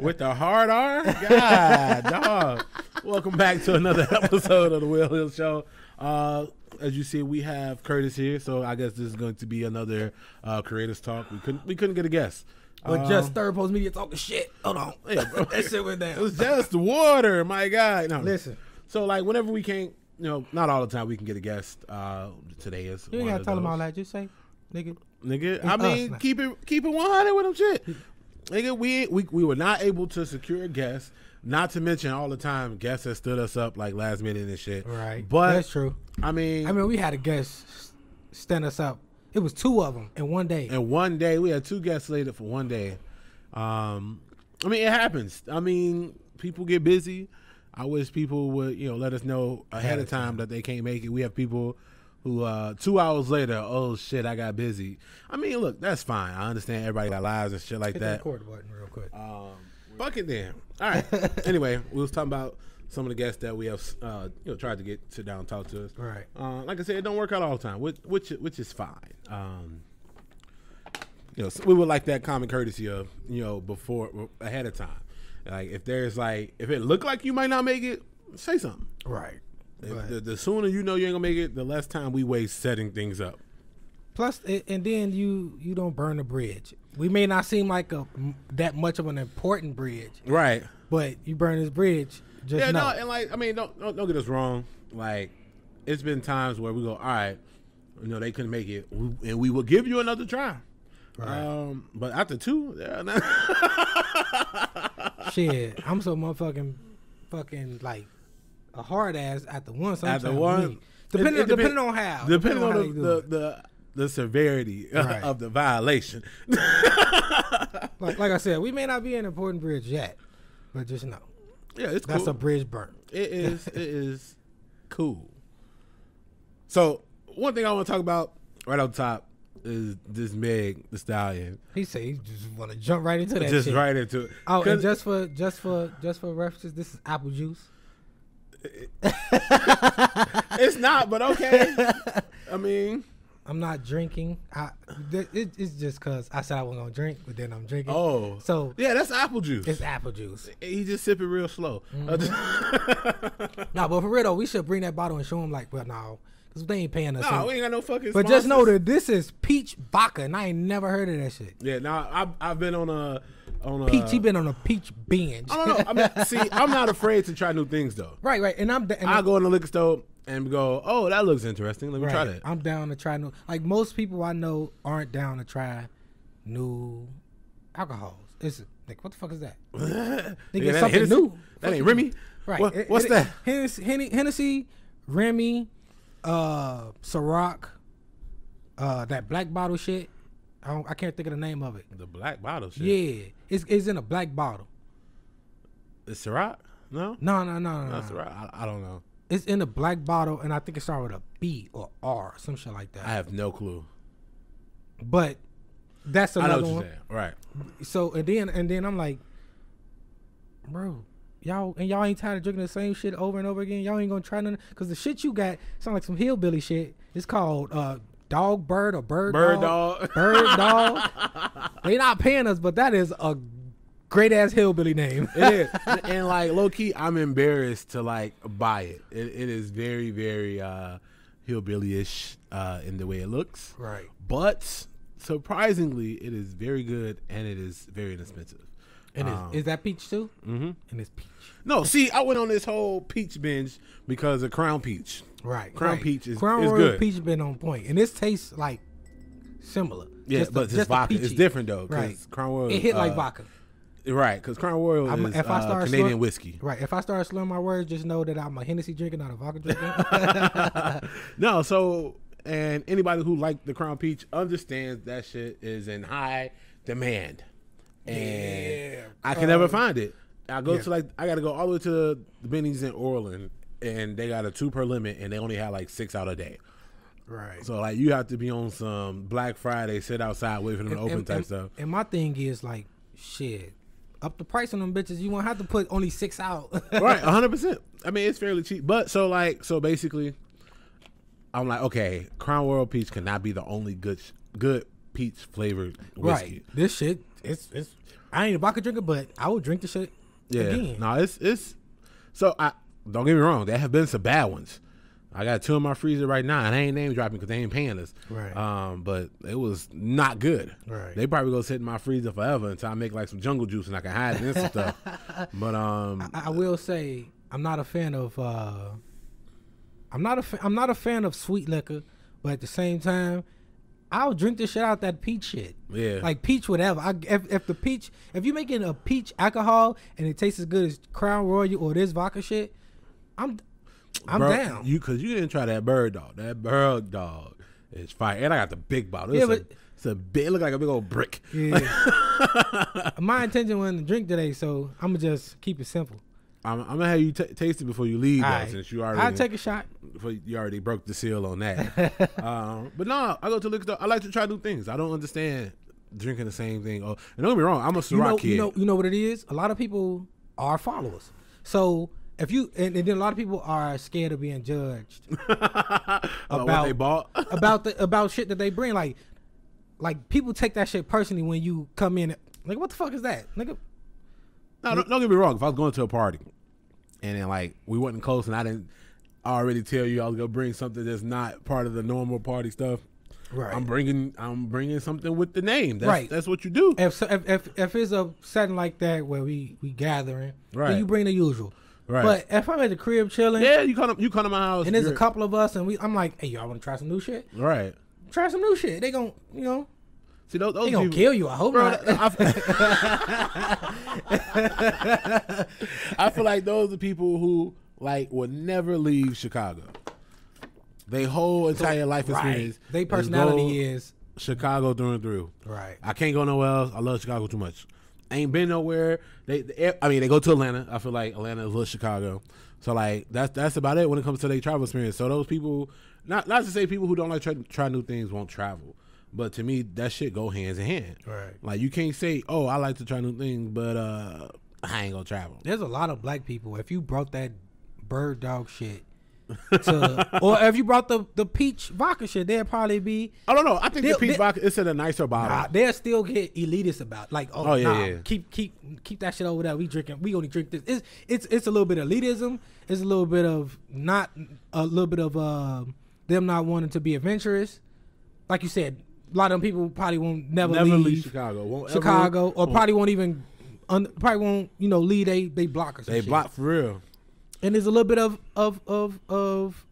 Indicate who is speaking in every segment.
Speaker 1: With the hard R? God, dog. Welcome back to another episode of the Will Hill Show. Uh, as you see, we have Curtis here, so I guess this is going to be another uh, creators talk. We couldn't we couldn't get a guest.
Speaker 2: But
Speaker 1: Um,
Speaker 2: just third post media talking shit. Hold on. that shit went
Speaker 1: It was
Speaker 2: down.
Speaker 1: just water, my God. No.
Speaker 2: Listen.
Speaker 1: So like whenever we can't, you know, not all the time we can get a guest. Uh, today is
Speaker 2: You ain't
Speaker 1: one
Speaker 2: gotta
Speaker 1: of
Speaker 2: tell them
Speaker 1: those.
Speaker 2: all that. Just say, nigga.
Speaker 1: nigga. I
Speaker 2: us
Speaker 1: mean,
Speaker 2: now.
Speaker 1: keep it keep it one hundred with them shit, nigga. We we we were not able to secure guests. Not to mention all the time guests that stood us up like last minute and shit. but
Speaker 2: that's true.
Speaker 1: I mean,
Speaker 2: I mean, we had a guest stand us up. It was two of them in one day.
Speaker 1: and one day we had two guests slated for one day. Um, I mean, it happens. I mean, people get busy. I wish people would you know let us know ahead of time that they can't make it. We have people. Who uh two hours later, oh shit, I got busy. I mean, look, that's fine. I understand everybody got lives and shit like
Speaker 2: Hit the
Speaker 1: that.
Speaker 2: record button real quick.
Speaker 1: Fuck it then. All right. anyway, we was talking about some of the guests that we have uh, you know tried to get sit down and talk to us.
Speaker 2: Right.
Speaker 1: Uh, like I said, it don't work out all the time, which which, which is fine. Um, you know, so we would like that common courtesy of you know before ahead of time. Like if there's like if it look like you might not make it, say something.
Speaker 2: right.
Speaker 1: If
Speaker 2: But-
Speaker 1: the, the sooner you know you ain't gonna make it, the less time we waste setting things up.
Speaker 2: Plus, a- and then you you don't burn the bridge. We may not seem like a that much of an important bridge,
Speaker 1: Right.
Speaker 2: but you burn this bridge. Just
Speaker 1: Yeah,
Speaker 2: know.
Speaker 1: no, and like I mean, don't, don't don't get us wrong. Like, it's been times where we go, all right, you know, they couldn't make it, we- and we will give you another try.
Speaker 2: Right.
Speaker 1: Um, but after two, yeah, nah.
Speaker 2: Shit, I'm so motherfucking fucking like a hard ass at the one. Sometimes
Speaker 1: after one,
Speaker 2: me. depending
Speaker 1: it- it
Speaker 2: on,
Speaker 1: depend-
Speaker 2: depending on how,
Speaker 1: depending on
Speaker 2: how
Speaker 1: the
Speaker 2: you do
Speaker 1: the,
Speaker 2: it.
Speaker 1: the the severity
Speaker 2: Right.
Speaker 1: of the violation.
Speaker 2: like, like I said, we may not be an important bridge yet, but just know
Speaker 1: yeah, it's
Speaker 2: that's
Speaker 1: cool.
Speaker 2: a bridge burn.
Speaker 1: It is. it is cool. So one thing I want to talk about right up top is this Meg the Stallion.
Speaker 2: He said he just want to jump right into that.
Speaker 1: Just
Speaker 2: shit.
Speaker 1: right into it.
Speaker 2: Oh, and
Speaker 1: 'Cause-
Speaker 2: just for just for just for references, this is apple juice.
Speaker 1: It's not, but okay. I mean,
Speaker 2: I'm not drinking. I th- it, it's just cause I said I wasn't gonna drink, but then I'm drinking.
Speaker 1: oh,
Speaker 2: so
Speaker 1: yeah, that's apple juice.
Speaker 2: it's apple juice.
Speaker 1: he just sip it real slow.
Speaker 2: Mm-hmm.
Speaker 1: Uh,
Speaker 2: No, but for real though, we should bring that bottle and show them like, well, no, because they ain't paying us.
Speaker 1: no,
Speaker 2: so-
Speaker 1: we ain't got no fucking.
Speaker 2: But just know
Speaker 1: sponsors.
Speaker 2: that this is peach vodka, and I ain't never heard of that shit.
Speaker 1: yeah. Now I've I've been on a on a
Speaker 2: Peach, he been on a peach binge.
Speaker 1: I don't know. I mean, see, I'm not afraid to try new things though.
Speaker 2: right, right, and I'm da- and
Speaker 1: I go in the liquor store and go, oh, that looks interesting. Let me
Speaker 2: right,
Speaker 1: try that.
Speaker 2: I'm down to try new. Like most people I know aren't down to try new alcohols. It's like what the fuck is that?
Speaker 1: Nigga,
Speaker 2: it's
Speaker 1: that
Speaker 2: something
Speaker 1: Hennessy-
Speaker 2: new.
Speaker 1: That ain't Remy.
Speaker 2: Right.
Speaker 1: What-
Speaker 2: It-
Speaker 1: what's
Speaker 2: it-
Speaker 1: that?
Speaker 2: Hennessy, Henny- Hennessy, Remy, uh, Ciroc, uh, that black bottle shit. I don't, I can't think of the name of it.
Speaker 1: The black bottle shit.
Speaker 2: Yeah, it's it's in a black bottle.
Speaker 1: It's Ciroc. No,
Speaker 2: No, no, no, no.
Speaker 1: not
Speaker 2: no.
Speaker 1: Ciroc. I, I don't know.
Speaker 2: It's in a black bottle, and I think it started with a B or R, some shit like
Speaker 1: I
Speaker 2: that.
Speaker 1: have no clue.
Speaker 2: But that's
Speaker 1: I know
Speaker 2: another
Speaker 1: what you're
Speaker 2: one.
Speaker 1: saying. Right.
Speaker 2: So and then and then I'm like, bro, y'all and y'all ain't tired of drinking the same shit over and over again. Y'all ain't gonna try nothing because the shit you got sound like some hillbilly shit. It's called uh, dog bird or bird
Speaker 1: Bird dog.
Speaker 2: bird dog. they not paying us, but that is a great ass hillbilly name.
Speaker 1: it is. And- and like low key, I'm embarrassed to like buy it. It, it is very, very uh, hillbilly-ish uh, in the way it looks.
Speaker 2: Right.
Speaker 1: But surprisingly, it is very good and it is very inexpensive. Uh,
Speaker 2: And is, is that peach too? Mm-hmm. And it's peach.
Speaker 1: No, see, I went on this whole peach binge because of Crown Peach.
Speaker 2: Right.
Speaker 1: Crown
Speaker 2: right.
Speaker 1: peach is-
Speaker 2: Crown
Speaker 1: is
Speaker 2: Royal
Speaker 1: good.
Speaker 2: peach been on point, and this tastes like similar.
Speaker 1: Yeah,
Speaker 2: Just the-
Speaker 1: but it's
Speaker 2: just the
Speaker 1: vodka. It's
Speaker 2: peachy.
Speaker 1: different though, 'cause
Speaker 2: Right.
Speaker 1: Crown Royal
Speaker 2: It
Speaker 1: is,
Speaker 2: hit like
Speaker 1: uh,
Speaker 2: vodka.
Speaker 1: Right, because Crown Royal
Speaker 2: I'm-
Speaker 1: is
Speaker 2: if I
Speaker 1: uh,
Speaker 2: start
Speaker 1: Canadian
Speaker 2: slur-
Speaker 1: whiskey.
Speaker 2: Right. If I start slurring my words, just know that I'm a Hennessy drinker, not a vodka drinker.
Speaker 1: No, so and anybody who liked the Crown Peach understands that shit is in high demand. And
Speaker 2: Yeah. um,
Speaker 1: I can never find it. I go to like I gotta go all the way to the Benny's in Orland and they got a two per limit and they only had like six out a day.
Speaker 2: right.
Speaker 1: So like you have to be on some Black Friday, sit outside, wait for them to open type stuff.
Speaker 2: And my thing is like, shit, up the price on them bitches. You won't have to put only six out.
Speaker 1: right, hundred percent. I mean, it's fairly cheap. But so like, so basically, I'm like, okay, Crown Royal Peach cannot be the only good, good peach flavored whiskey.
Speaker 2: Right. This shit it's it's. I ain't a vodka drinker, but I would drink the shit.
Speaker 1: Yeah.
Speaker 2: Again.
Speaker 1: No, it's it's so I don't get me wrong, there have been some bad ones. I got two in my freezer right now, and I ain't name dropping because they ain't paying us.
Speaker 2: Right.
Speaker 1: Um, but it was not good.
Speaker 2: Right.
Speaker 1: They probably gonna sit in my freezer forever until I make like some jungle juice and I can hide it and some stuff. But um,
Speaker 2: I, I will say I'm not a fan of. uh I'm not a fa- I'm not a fan of sweet liquor, but at the same time, I'll drink the shit out that peach shit.
Speaker 1: Yeah.
Speaker 2: Like peach whatever. I, if if the peach if you're making a peach alcohol and it tastes as good as Crown Royal or this vodka shit, I'm I'm
Speaker 1: bro,
Speaker 2: down.
Speaker 1: You because you didn't try that bird dog. That bird dog is fire, and I got the big bottle.
Speaker 2: Yeah,
Speaker 1: It's, a,
Speaker 2: but-
Speaker 1: it's a big. It look like a big old brick.
Speaker 2: Yeah. My intention wasn't to drink today, so I'm gonna just keep it simple.
Speaker 1: I'm, I'm gonna have you t- taste it before you leave, though,
Speaker 2: Alright.
Speaker 1: since you already
Speaker 2: I'll take a shot.
Speaker 1: before you already broke the seal on that. um, but no, I go to liquor. store. I like to try new things. I don't understand drinking the same thing. Oh, and don't get me wrong, I'm a Ciroc
Speaker 2: you know,
Speaker 1: kid.
Speaker 2: you know, you know what it is. A lot of people are followers. So if you and, and then a lot of people are scared of being judged
Speaker 1: about, Uh, what
Speaker 2: about-
Speaker 1: they bought.
Speaker 2: about the about shit that they bring. Like, like people take that shit personally when you come in. Like, what the fuck is that, nigga?
Speaker 1: no, don't, don't get me wrong. If I was going to a party, and then like we wasn't close, and I didn't already tell you I was gonna bring something that's not part of the normal party stuff.
Speaker 2: Right.
Speaker 1: I'm bringing. I'm bringing something with the name. That's,
Speaker 2: Right.
Speaker 1: That's what you do.
Speaker 2: If, so, if if if it's a setting like that where we we gathering,
Speaker 1: Right.
Speaker 2: then you bring the usual.
Speaker 1: Right.
Speaker 2: But if I'm at the crib chilling
Speaker 1: yeah, you come. You come to my house.
Speaker 2: and there's a
Speaker 1: you're-
Speaker 2: couple of us and we, I'm like, hey, y'all want to try some new shit?
Speaker 1: Right.
Speaker 2: Try some new shit. They gon' you know
Speaker 1: See those. those
Speaker 2: they gonna
Speaker 1: people-
Speaker 2: kill you. I hope
Speaker 1: Bro,
Speaker 2: not.
Speaker 1: I- I feel like those are people who like would never leave Chicago. They whole entire life experience.
Speaker 2: They personality
Speaker 1: go
Speaker 2: is
Speaker 1: Chicago through and through.
Speaker 2: right.
Speaker 1: I can't go nowhere else. I love Chicago too much. Ain't been nowhere. They, they- I mean, they go to Atlanta. I feel like Atlanta is little Chicago. So like that's that's about it when it comes to their travel experience. So those people, not not to say people who don't like try, try new things won't travel, but to me that shit go hands in hand.
Speaker 2: Right.
Speaker 1: Like you can't say, oh, I like to try new things, but uh, I ain't gonna travel.
Speaker 2: There's a lot of black people. If you brought that bird dog shit, to, or if you brought the the peach vodka shit, they'd probably be.
Speaker 1: I don't know. I think the
Speaker 2: They-
Speaker 1: peach
Speaker 2: they-
Speaker 1: vodka it's in a nicer bottle.
Speaker 2: Uh, they'll still get elitist about like oh,
Speaker 1: Oh, yeah,
Speaker 2: nah,
Speaker 1: yeah.
Speaker 2: keep keep keep that shit over there we drinking we only drink this it's it's it's a little bit of elitism it's a little bit of not a little bit of uh, them not wanting to be adventurous like you said a lot of them people probably won't never,
Speaker 1: Never leave,
Speaker 2: leave,
Speaker 1: Chicago. Won't ever-
Speaker 2: Chicago or
Speaker 1: won't-
Speaker 2: probably won't even un, probably won't you know lead they they block or some
Speaker 1: they
Speaker 2: shit.
Speaker 1: block for real.
Speaker 2: and there's a little bit of of of of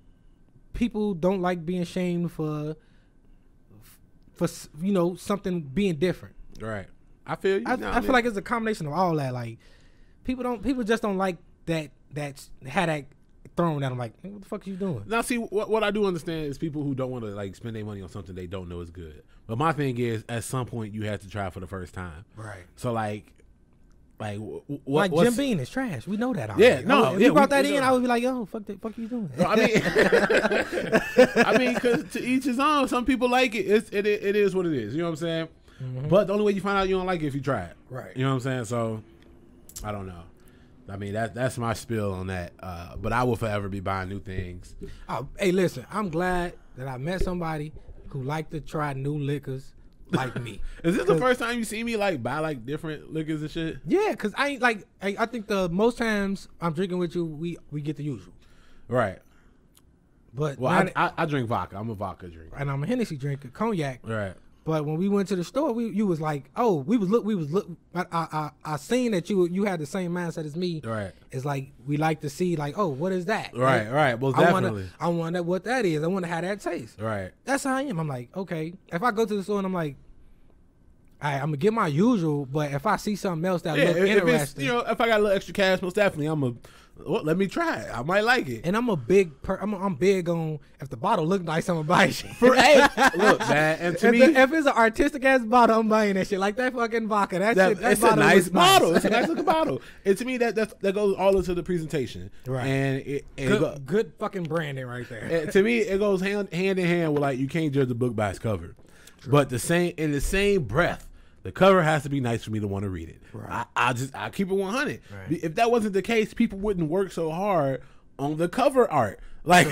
Speaker 2: people don't like being shamed for for s- you know something being different.
Speaker 1: Right. I feel you.
Speaker 2: I,
Speaker 1: Nah,
Speaker 2: I
Speaker 1: man.
Speaker 2: feel like it's a combination of all that. Like people don't people just don't like that that had that thrown at them. Like what the fuck are you doing?
Speaker 1: Now, see what what I do understand is people who don't want to like spend their money on something they don't know is good. But my thing is, at some point, you have to try for the first time.
Speaker 2: Right.
Speaker 1: So like, like wh- wh-
Speaker 2: Like Jim
Speaker 1: what's-
Speaker 2: Bean is trash. We know that. Already.
Speaker 1: Yeah, no,
Speaker 2: I would- if
Speaker 1: yeah,
Speaker 2: you brought
Speaker 1: we-
Speaker 2: that
Speaker 1: we
Speaker 2: in,
Speaker 1: know.
Speaker 2: I would be like, yo, fuck that, fuck you doing?
Speaker 1: I mean, I mean, because to each his own. Some people like it. It's it, it is what it is. You know what I'm saying?
Speaker 2: Mm-hmm.
Speaker 1: But the only way you find out you don't like it if you try it.
Speaker 2: Right.
Speaker 1: You know what I'm saying? So I don't know. I mean that that's my spill on that. Uh, but I will forever be buying new things.
Speaker 2: Oh, hey, listen, I'm glad that I met somebody who liked to try new liquors like me.
Speaker 1: Is this the first time you see me like buy like different liquors and shit?
Speaker 2: Yeah, cause I ain't like I, I think the most times I'm drinking with you, we we get the usual.
Speaker 1: Right.
Speaker 2: But
Speaker 1: Well,
Speaker 2: not-
Speaker 1: I, I, I drink vodka. I'm a vodka drinker.
Speaker 2: and I'm a Hennessy drinker, cognac.
Speaker 1: Right.
Speaker 2: But when we went to the store, we you was like, oh, we was look, we was look. I I I, I seen that you you had the same mindset as me.
Speaker 1: Right.
Speaker 2: It's like we like to see like, oh, what is that?
Speaker 1: Right,
Speaker 2: Like,
Speaker 1: right. Well,
Speaker 2: I wanna-
Speaker 1: definitely.
Speaker 2: I wonder what that is. I wonder how that tastes.
Speaker 1: Right.
Speaker 2: That's how I am. I'm like, okay. If I go to the store and I'm like, all right, I'm gonna get my usual, but if I see something else that
Speaker 1: Yeah. If,
Speaker 2: look
Speaker 1: if it's
Speaker 2: interesting,
Speaker 1: you know if I got a little extra cash, most definitely I'm a. Well, let me try it. I might like it.
Speaker 2: and I'm a big, per, I'm, I'm big on if the bottle look nice, I'm gonna buy it.
Speaker 1: For hey, look, man, and to
Speaker 2: if,
Speaker 1: me,
Speaker 2: the- if it's an artistic ass bottle, I'm buying that shit. Like that fucking vodka. That,
Speaker 1: that,
Speaker 2: shit. That
Speaker 1: it's a
Speaker 2: bottle was
Speaker 1: nice bottle. It's a nice looking bottle. And to me, that that's, that goes all into the presentation.
Speaker 2: Right.
Speaker 1: And it, and it
Speaker 2: good,
Speaker 1: go-
Speaker 2: good fucking branding right there.
Speaker 1: and to me, it goes hand hand in hand with like you can't judge a book by its cover, but the same in the same breath. The cover has to be nice for me to want to read it. I, I just I keep it 100.
Speaker 2: Right.
Speaker 1: If that wasn't the case, people wouldn't work so hard on the cover art. Like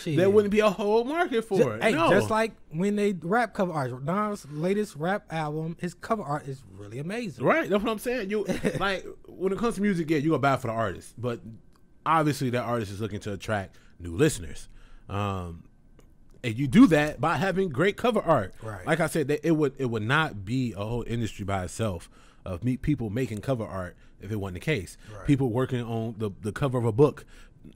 Speaker 2: Shit.
Speaker 1: there wouldn't be a whole market for
Speaker 2: Ju-
Speaker 1: it.
Speaker 2: hey,
Speaker 1: no.
Speaker 2: just like when they rap cover art. Don's latest rap album, his cover art is really amazing.
Speaker 1: Right, that's what I'm saying. You like when it comes to music, yeah, you gonna buy it for the artist, but obviously that artist is looking to attract new listeners, um, and you do that by having great cover art.
Speaker 2: Right.
Speaker 1: like I said, that it would it would not be a whole industry by itself of me people making cover art if it wasn't the case. People working on the the cover of a book.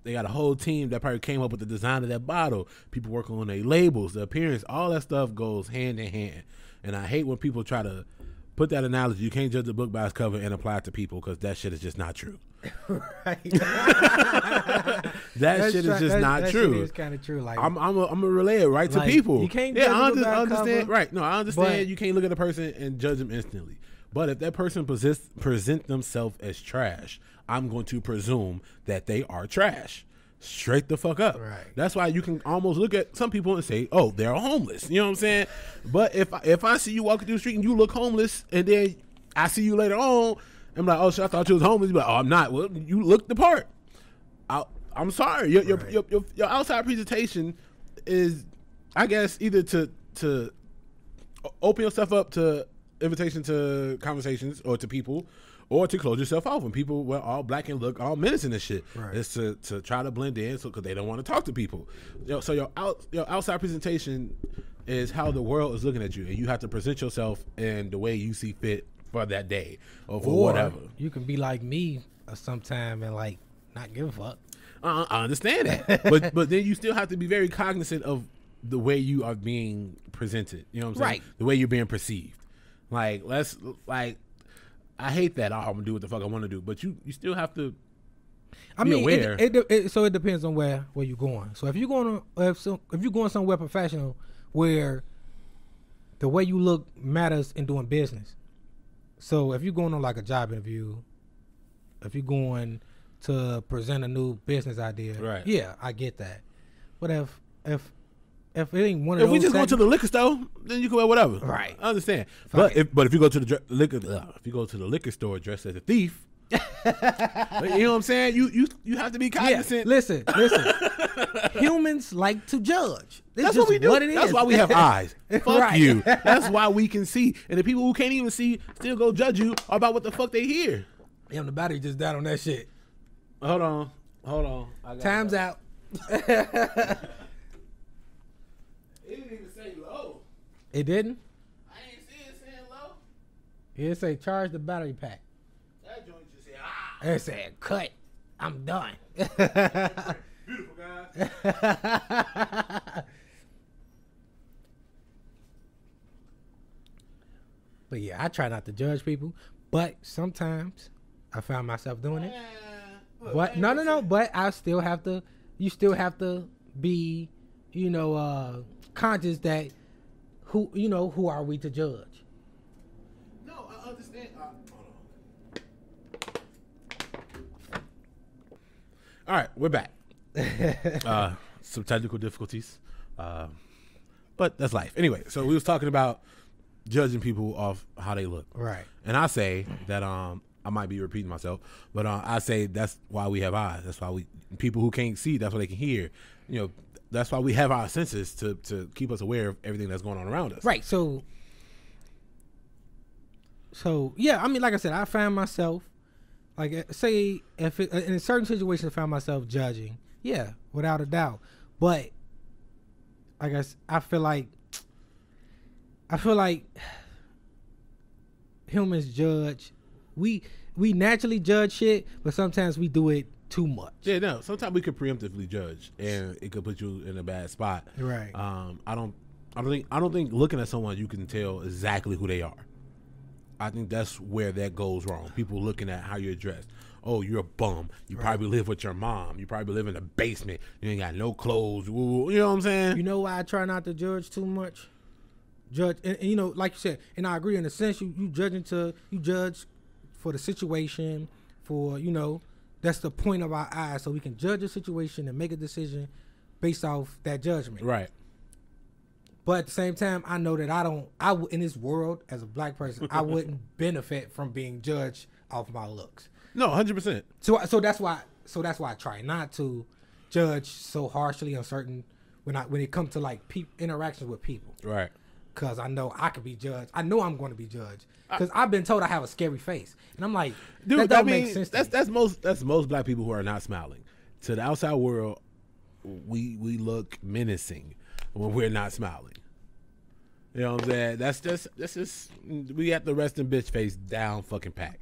Speaker 1: They got a whole team that probably came up with the design of that bottle. People working on their labels, the appearance, all that stuff goes hand in hand. And I hate when people try to put that analogy. You can't judge a book by its cover and apply it to people because that shit is just not true. That
Speaker 2: That's
Speaker 1: shit
Speaker 2: right.
Speaker 1: is just
Speaker 2: That-
Speaker 1: not
Speaker 2: that shit
Speaker 1: true.
Speaker 2: is kinda true, like-
Speaker 1: I'm I'm a, I'm gonna relay it right
Speaker 2: Like,
Speaker 1: to people.
Speaker 2: you can't
Speaker 1: yeah,
Speaker 2: judge a
Speaker 1: I
Speaker 2: book
Speaker 1: under-
Speaker 2: by
Speaker 1: I
Speaker 2: its
Speaker 1: understand.
Speaker 2: cover,
Speaker 1: right? No, I understand.
Speaker 2: but-
Speaker 1: you can't look at a person and judge them instantly. But if that person possess, present themselves as trash, I'm going to presume that they are trash. Straight the fuck up.
Speaker 2: Right.
Speaker 1: That's why you can almost look at some people and say, "Oh, they're homeless." You know what I'm saying? But if I- if I see you walking through the street and you look homeless, and then I see you later on, I'm like, "Oh shit, I thought you was homeless." But oh, I'm not. Well, you look the part. I, I'm sorry. Your, your,
Speaker 2: Right.
Speaker 1: your, your, your outside presentation is, I guess, either to to o- open yourself up to invitation to conversations or to people, or to close yourself off when people were all black and look all menacing and shit.
Speaker 2: Right.
Speaker 1: It's to, to try to blend in so because they don't want to talk to people. You know, so your out your outside presentation is how the world is looking at you, and you have to present yourself in the way you see fit for that day or for
Speaker 2: Or
Speaker 1: whatever.
Speaker 2: You can be like me uh, sometime and like not give a fuck.
Speaker 1: Uh, I understand that, but but then you still have to be very cognizant of the way you are being presented. You know what I'm saying?
Speaker 2: Right.
Speaker 1: The way you're being perceived. Like let's like, I hate that. Oh, I'm gonna do what the fuck I want to do, but you you still have to.
Speaker 2: I
Speaker 1: Be
Speaker 2: mean, it-
Speaker 1: aware.
Speaker 2: It, de- it- so it depends on where where you're going. So if you're going to if, so, if you're going somewhere professional where the way you look matters in doing business. So if you're going on like a job interview, if you're going to present a new business idea,
Speaker 1: Right.
Speaker 2: Yeah, I get that. But if if if it ain't one of
Speaker 1: If
Speaker 2: those,
Speaker 1: we just go
Speaker 2: sec-
Speaker 1: to the liquor store, then you can wear whatever.
Speaker 2: Right.
Speaker 1: I understand. But
Speaker 2: it.
Speaker 1: if but if you go to the dr- liquor uh, if you go to the liquor store dressed as a thief, you know what I'm saying? You you you have to be
Speaker 2: yeah,
Speaker 1: cognizant.
Speaker 2: listen, listen. Humans like to judge. It's
Speaker 1: That's
Speaker 2: just
Speaker 1: what we do.
Speaker 2: What it is.
Speaker 1: That's why we have eyes. Fuck
Speaker 2: Right.
Speaker 1: you. That's why we can see. And the people who can't even see still go judge you about what the fuck they hear.
Speaker 2: Damn, the battery just died on that shit.
Speaker 1: Hold on. Hold on. I got
Speaker 2: Time's out.
Speaker 1: It didn't even say low.
Speaker 2: It didn't.
Speaker 1: I didn't see it saying low.
Speaker 2: It say charge the battery pack.
Speaker 1: That joint just said, ah.
Speaker 2: It said cut. I'm done.
Speaker 1: Beautiful, guys.
Speaker 2: but yeah, I try not to judge people, but sometimes I found myself doing it. But no, no, no. But I still have to. You still have to be, you know, uh conscious that who you know who are we to judge?
Speaker 1: No, I understand. Uh, hold on. All right, we're back. uh, some technical difficulties, uh, but that's life. Anyway, so we was talking about judging people off how they look,
Speaker 2: Right.
Speaker 1: And I say that um, I might be repeating myself, but uh, I say that's why we have eyes. That's why we people who can't see. That's why they can hear. You know, that's why we have our senses to to keep us aware of everything that's going on around us.
Speaker 2: Right. So. So yeah, I mean, like I said, I found myself, like, uh, say if it, uh, in a certain situation, I found myself judging. Yeah, without a doubt. But I guess I feel like I feel like humans judge. We we naturally judge shit, but sometimes we do it too much.
Speaker 1: Yeah, no. Sometimes we could preemptively judge, and it could put you in a bad spot.
Speaker 2: Right.
Speaker 1: Um, I don't. I don't think. I don't think looking at someone you can tell exactly who they are. I think that's where that goes wrong. People looking at how you're dressed. Oh, you're a bum. You probably live with your mom. You probably live in a basement. You ain't got no clothes. Woo, woo. You know what I'm saying?
Speaker 2: You know why I try not to judge too much? Judge, and, and, you know, like you said, and I agree in a sense. You you judging to you judge for the situation, for you know, that's the point of our eyes, so we can judge a situation and make a decision based off that judgment.
Speaker 1: right.
Speaker 2: But at the same time, I know that I don't. I w- in this world as a black person, I wouldn't benefit from being judged off my looks.
Speaker 1: No, hundred percent.
Speaker 2: So I- so that's why. so that's why I try not to judge so harshly on certain when I when it comes to like peop interactions with people.
Speaker 1: Right.
Speaker 2: Cause I know I could be judged. I know I'm going to be judged. Cause I've been told I have a scary face, and I'm like,
Speaker 1: Dude,
Speaker 2: that don't
Speaker 1: I mean,
Speaker 2: make sense. to
Speaker 1: that's
Speaker 2: me.
Speaker 1: that's most that's most black people who are not smiling. To the outside world, we we look menacing when we're not smiling. You know what I'm saying? That's just that's just we have to rest in bitch face down fucking pack.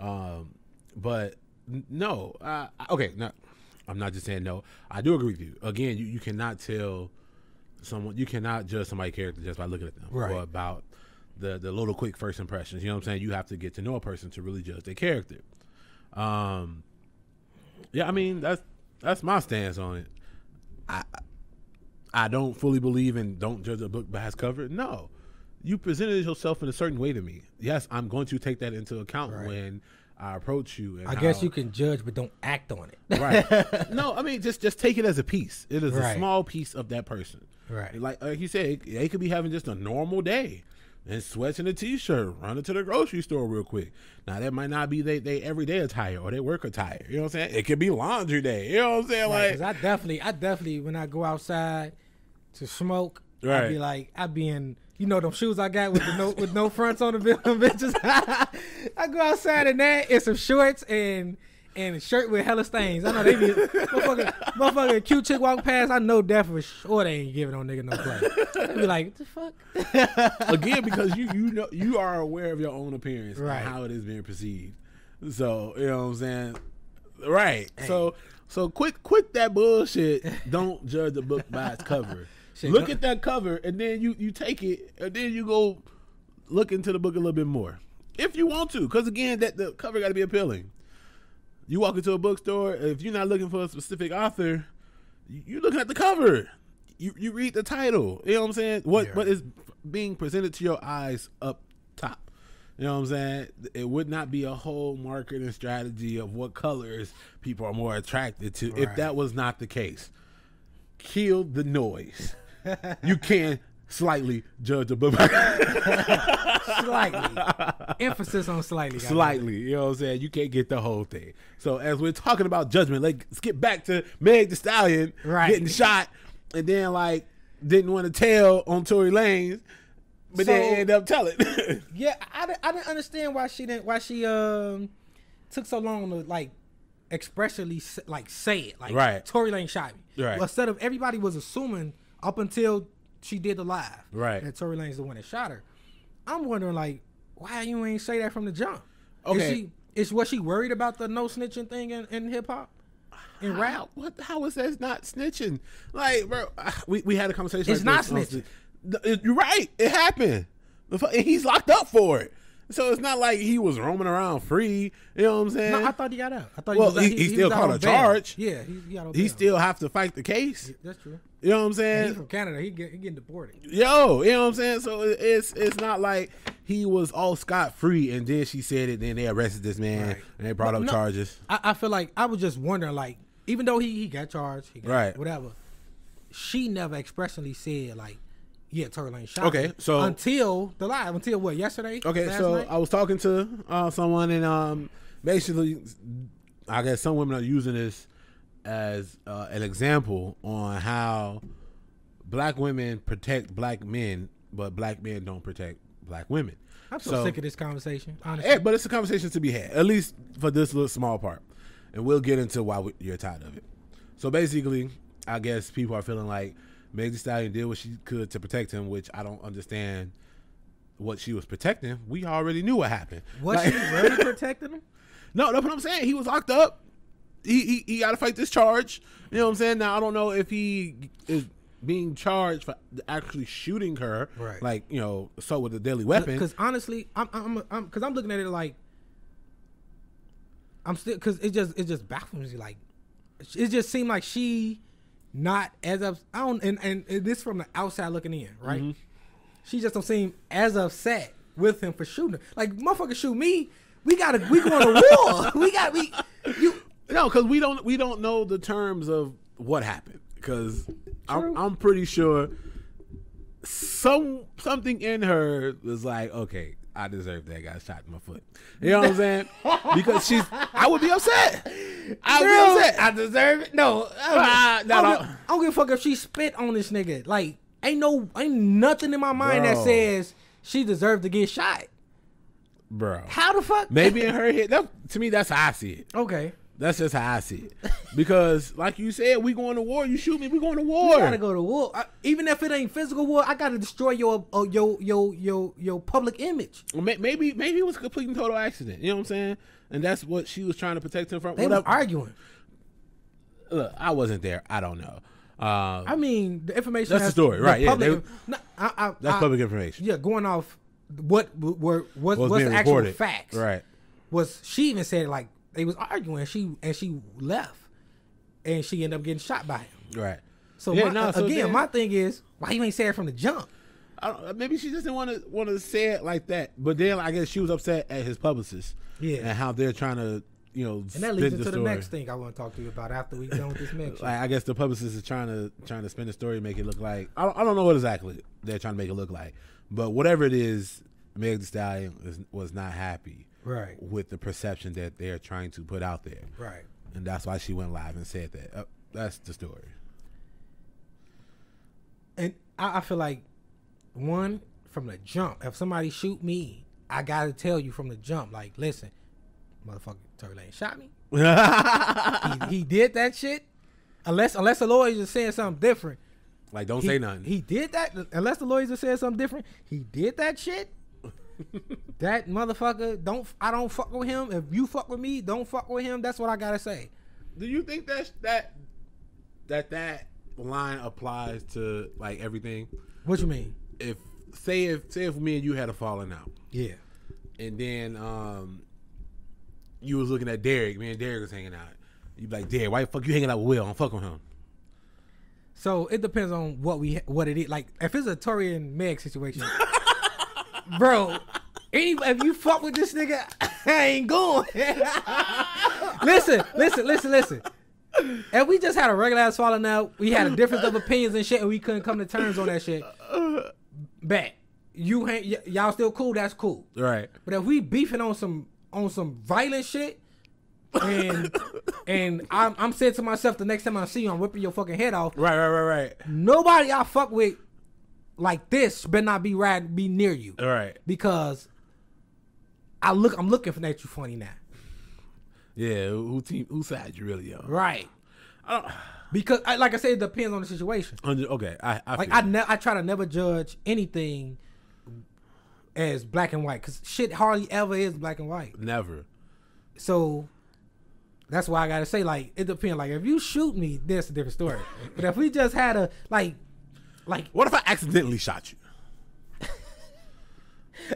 Speaker 1: Um, but n- no, uh, okay, no, I'm not just saying no. I do agree with you. Again, you, you cannot tell someone you cannot judge somebody's character just by looking at them
Speaker 2: Right.
Speaker 1: or about the the little quick first impressions. You know what I'm saying? You have to get to know a person to really judge their character. Um, yeah, I mean that's that's my stance on it. I don't fully believe in don't judge a book by its cover. No, you presented yourself in a certain way to me. Yes, I'm going to take that into account when I approach you. And
Speaker 2: I guess
Speaker 1: how-
Speaker 2: you can judge, but don't act on it.
Speaker 1: right. No, I mean just just take it as a piece. It is
Speaker 2: Right.
Speaker 1: a small piece of that person.
Speaker 2: Right.
Speaker 1: Like like you said, it- they could be having just a normal day and sweats and a t-shirt, running to the grocery store real quick. Now that might not be they they everyday attire or they work attire. You know what I'm saying? It could be laundry day. You know what I'm saying?
Speaker 2: Right,
Speaker 1: like
Speaker 2: 'cause I definitely, I definitely, when I go outside to smoke, I'd be
Speaker 1: Right.
Speaker 2: like, I'd be in, you know, them shoes I got with the no, with no fronts on the bit- them bitches. I go outside in that and some shorts and and a shirt with hella stains. I know they be motherfucker, motherfucker, cute chick walk past. I know that for sure they ain't giving no nigga no play. I'd be like, what the fuck?
Speaker 1: again because you you know you are aware of your own appearance
Speaker 2: Right.
Speaker 1: and how it is being perceived. So you know what I'm saying, right? So so quit quit that bullshit. Don't judge the book by its cover.
Speaker 2: Shit,
Speaker 1: look
Speaker 2: go-
Speaker 1: at that cover and then you you take it and then you go look into the book a little bit more if you want to. Because again, that the cover got to be appealing. You walk into a bookstore if you're not looking for a specific author you- you looking at the cover. You you read the title. You know what I'm saying? What
Speaker 2: Yeah.
Speaker 1: what is being presented to your eyes up top. You know what I'm saying? It would not be a whole marketing strategy of what colors people are more attracted to if
Speaker 2: Right.
Speaker 1: that was not the case. Kill the noise. you can slightly judge a book
Speaker 2: Slightly, emphasis on slightly. goddamn.
Speaker 1: slightly. You know what I'm saying? You can't get the whole thing. So as we're talking about judgment, let's get back to Meg the Stallion
Speaker 2: Right.
Speaker 1: getting shot and then like didn't want to tell on Tory Lanez, but
Speaker 2: So-
Speaker 1: then end up telling.
Speaker 2: Yeah, I, di- I didn't understand why she didn't why she um took so long to like expressly s- like say it like
Speaker 1: Right.
Speaker 2: Tory Lane shot me
Speaker 1: Right.
Speaker 2: Well, instead of everybody was assuming up until she did the live
Speaker 1: Right.
Speaker 2: that Tory Lane's the one that shot her. I'm wondering like why you ain't say that from the jump. is,
Speaker 1: Okay.
Speaker 2: she, is was she worried about the no snitching thing in, in hip hop in rap?
Speaker 1: How, what? How is that not snitching? Like, bro, ah, we, we had a conversation.
Speaker 2: It's
Speaker 1: like
Speaker 2: not
Speaker 1: this on-
Speaker 2: snitching.
Speaker 1: The- it- You're right. It happened. The fu- and he's locked up for it. So it's not like he was roaming around free. You know what I'm saying?
Speaker 2: No, I thought he got out. I thought
Speaker 1: Well,
Speaker 2: he, was out,
Speaker 1: he- he still
Speaker 2: was out
Speaker 1: caught
Speaker 2: on
Speaker 1: a
Speaker 2: bail.
Speaker 1: charge.
Speaker 2: Yeah, he, he got on
Speaker 1: he
Speaker 2: bail.
Speaker 1: still have to fight the case.
Speaker 2: that's true.
Speaker 1: You know what I'm saying?
Speaker 2: He's from Canada. He get, he getting deported.
Speaker 1: Yo, you know what I'm saying? So it- it's it's not like he was all scot free and then she said it, then they arrested this man
Speaker 2: Right.
Speaker 1: and they brought
Speaker 2: But
Speaker 1: up
Speaker 2: no-
Speaker 1: charges.
Speaker 2: I, I feel like I was just wondering, like, even though he, he got charged, he got
Speaker 1: Right.
Speaker 2: whatever, she never expressly said like, yeah, Tory Lane shot.
Speaker 1: Okay,
Speaker 2: me.
Speaker 1: so-
Speaker 2: until the live, until what yesterday?
Speaker 1: Okay,
Speaker 2: Last
Speaker 1: so
Speaker 2: night?
Speaker 1: I was talking to uh, someone and um basically I guess some women are using this as uh, an example on how black women protect black men, but black men don't protect black women.
Speaker 2: I'm so, sick of this conversation. Honestly,
Speaker 1: Yeah, Eh, but it's a conversation to be had, at least for this little small part, and we'll get into why we- you're tired of it. So basically, I guess people are feeling like Meg Thee Stallion did what she could to protect him, which I don't understand what she was protecting. We already knew what happened.
Speaker 2: was
Speaker 1: Like-
Speaker 2: she really protecting him?
Speaker 1: no, that's what I'm saying. He was locked up. He he, he got to fight this charge. You know what I'm saying? Now I don't know if he is being charged for actually shooting her,
Speaker 2: Right.
Speaker 1: like you know, so with a deadly weapon.
Speaker 2: Because honestly, I'm I'm I'm because I'm looking at it like I'm still because it just it just baffles me. Like it just seemed like she not as ups, I don't and and this from the outside looking in, right? She just don't seem as upset with him for shooting. her. Like motherfucker, shoot me. We gotta we going to war. We got we you.
Speaker 1: No, because we don't we don't know the terms of what happened. Because I'm,
Speaker 2: True.
Speaker 1: I'm pretty sure some something in her was like, okay, I deserve that guy shot in my foot. You know what I'm saying? Because she's, I would be upset. I would
Speaker 2: Girl.
Speaker 1: be upset. I deserve it. No, ah,
Speaker 2: I
Speaker 1: not
Speaker 2: don't,
Speaker 1: all-
Speaker 2: give- I don't give a fuck if she spit on this nigga. Like, ain't no, ain't nothing in my mind that
Speaker 1: Bro.
Speaker 2: says she deserved to get shot.
Speaker 1: bro.
Speaker 2: How the fuck?
Speaker 1: Maybe in her head. That, to me, that's how I see it.
Speaker 2: Okay.
Speaker 1: That's just how I see it. Because, like you said, we going to war. You shoot me, we going to war.
Speaker 2: You gotta go to war. I, even if it ain't physical war, I gotta destroy your uh, your your your your public image.
Speaker 1: Well, may- Maybe maybe it was a complete and total accident. You know what I'm saying? And that's what she was trying to protect him from.
Speaker 2: They were
Speaker 1: Whatever.
Speaker 2: arguing.
Speaker 1: Look, I wasn't there. I don't know. Uh,
Speaker 2: I mean, the information.
Speaker 1: That's the story, right, yeah,
Speaker 2: public,
Speaker 1: they-
Speaker 2: No, I, I,
Speaker 1: that's
Speaker 2: I-
Speaker 1: public information.
Speaker 2: Yeah, going off what were what,
Speaker 1: What was
Speaker 2: what's
Speaker 1: being
Speaker 2: the actual
Speaker 1: reported.
Speaker 2: facts?
Speaker 1: Right.
Speaker 2: Was she even said like they was arguing? She and she left, and she ended up getting shot by him.
Speaker 1: Right.
Speaker 2: So,
Speaker 1: Yeah,
Speaker 2: my, uh,
Speaker 1: nah, so
Speaker 2: again,
Speaker 1: then-
Speaker 2: my thing is why you ain't say it from the jump?
Speaker 1: I don't, uh, maybe she just didn't want to want to say it like that. But then I guess she was upset at his publicist.
Speaker 2: Yeah.
Speaker 1: And how they're trying to you know.
Speaker 2: And that leads into the, next thing I want to talk to you about after we done with this next.
Speaker 1: Like I guess the publicist is trying to trying to spin the story, and make it look like I don't, I don't know what exactly they're trying to make it look like, but whatever it is, Meg Thee Stallion is, was not happy
Speaker 2: Right.
Speaker 1: with the perception that they're trying to put out there,
Speaker 2: Right.
Speaker 1: and that's why she went live and said that. Uh, that's the story.
Speaker 2: and I, I feel like one from the jump. If somebody shoot me, I gotta tell you from the jump. Like, listen, motherfucker, Tory Lane shot me. He, he did that shit. Unless unless the lawyers are saying something different.
Speaker 1: like, don't
Speaker 2: He,
Speaker 1: say nothing.
Speaker 2: He did that. Unless the lawyers are saying something different. He did that shit. that motherfucker. Don't I don't fuck with him. If you fuck with me, don't fuck with him. That's what I gotta say.
Speaker 1: Do you think that's that that that line applies to like everything?
Speaker 2: What you mean?
Speaker 1: If say if say if me and you had a falling out,
Speaker 2: Yeah.
Speaker 1: and then um you was looking at Derek, me and Derek was hanging out. You be like, Derek, why the fuck you hanging out with Will? I'm fucking him.
Speaker 2: So it depends on what we what it is. Like if it's a Tory and Meg situation, bro. Any, if you fuck with this nigga, I ain't going. listen, listen, listen, listen. If we just had a regular ass falling out, we had a difference of opinions and shit, and we couldn't come to terms on that shit. Bet you ain't y- y'all still cool. That's cool.
Speaker 1: Right.
Speaker 2: But if we beefing on some on some violent shit, and and I'm, I'm saying to myself the next time I see you, I'm whipping your fucking head off
Speaker 1: Right, right, right,
Speaker 2: nobody I fuck with like this better not be rad be near you
Speaker 1: right. Right.
Speaker 2: because I look I'm looking for that you funny now.
Speaker 1: Yeah, who team who side you really on?
Speaker 2: Right. Because I, like I said, it depends on the situation.
Speaker 1: Under- Okay, I I,
Speaker 2: Like
Speaker 1: feel
Speaker 2: I
Speaker 1: you.
Speaker 2: ne- I try to never judge anything as black and white because shit hardly ever is black and white.
Speaker 1: never.
Speaker 2: So that's why I gotta say like it depends. Like if you shoot me, that's a different story. but if we just had a like like
Speaker 1: What if I accidentally shot you?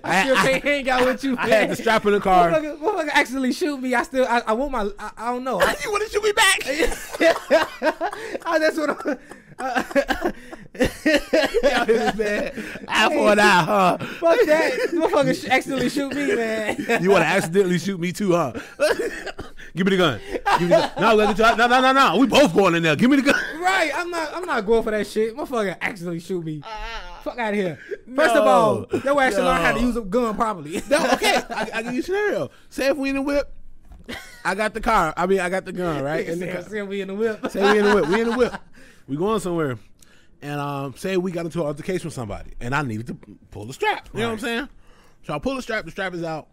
Speaker 2: I still
Speaker 1: I-
Speaker 2: can't hang out with you.
Speaker 1: I had
Speaker 2: man.
Speaker 1: the strap in the car.
Speaker 2: Motherfucker, motherfucker actually shoot me. I still, I, I want my, I, I don't know. I,
Speaker 1: you want to shoot me back?
Speaker 2: I, that's what I'm. Uh,
Speaker 1: I for an eye, huh?
Speaker 2: fuck that. Motherfucker sh- accidentally shoot me, man.
Speaker 1: You want to accidentally shoot me too, huh? Give me the gun. Give me the gun. No, let me try. No, no, no, no. We both going in there. Give me the gun.
Speaker 2: right. I'm not, I'm not going for that shit. Motherfucker accidentally shoot me. Fuck out of here. First
Speaker 1: No.
Speaker 2: of all, your ass should learn how to
Speaker 1: No.
Speaker 2: use a gun properly.
Speaker 1: No, okay. I, I give you a scenario. Say if we in the whip, I got the car. I mean, I got the gun, right? In the car.
Speaker 2: Send me in the whip.
Speaker 1: Say we in the whip. We in the whip. We going somewhere. And um, say we got into an altercation with somebody, and I needed to pull the strap. You know what I'm
Speaker 2: Right.
Speaker 1: saying? So I pull the strap. The strap is out,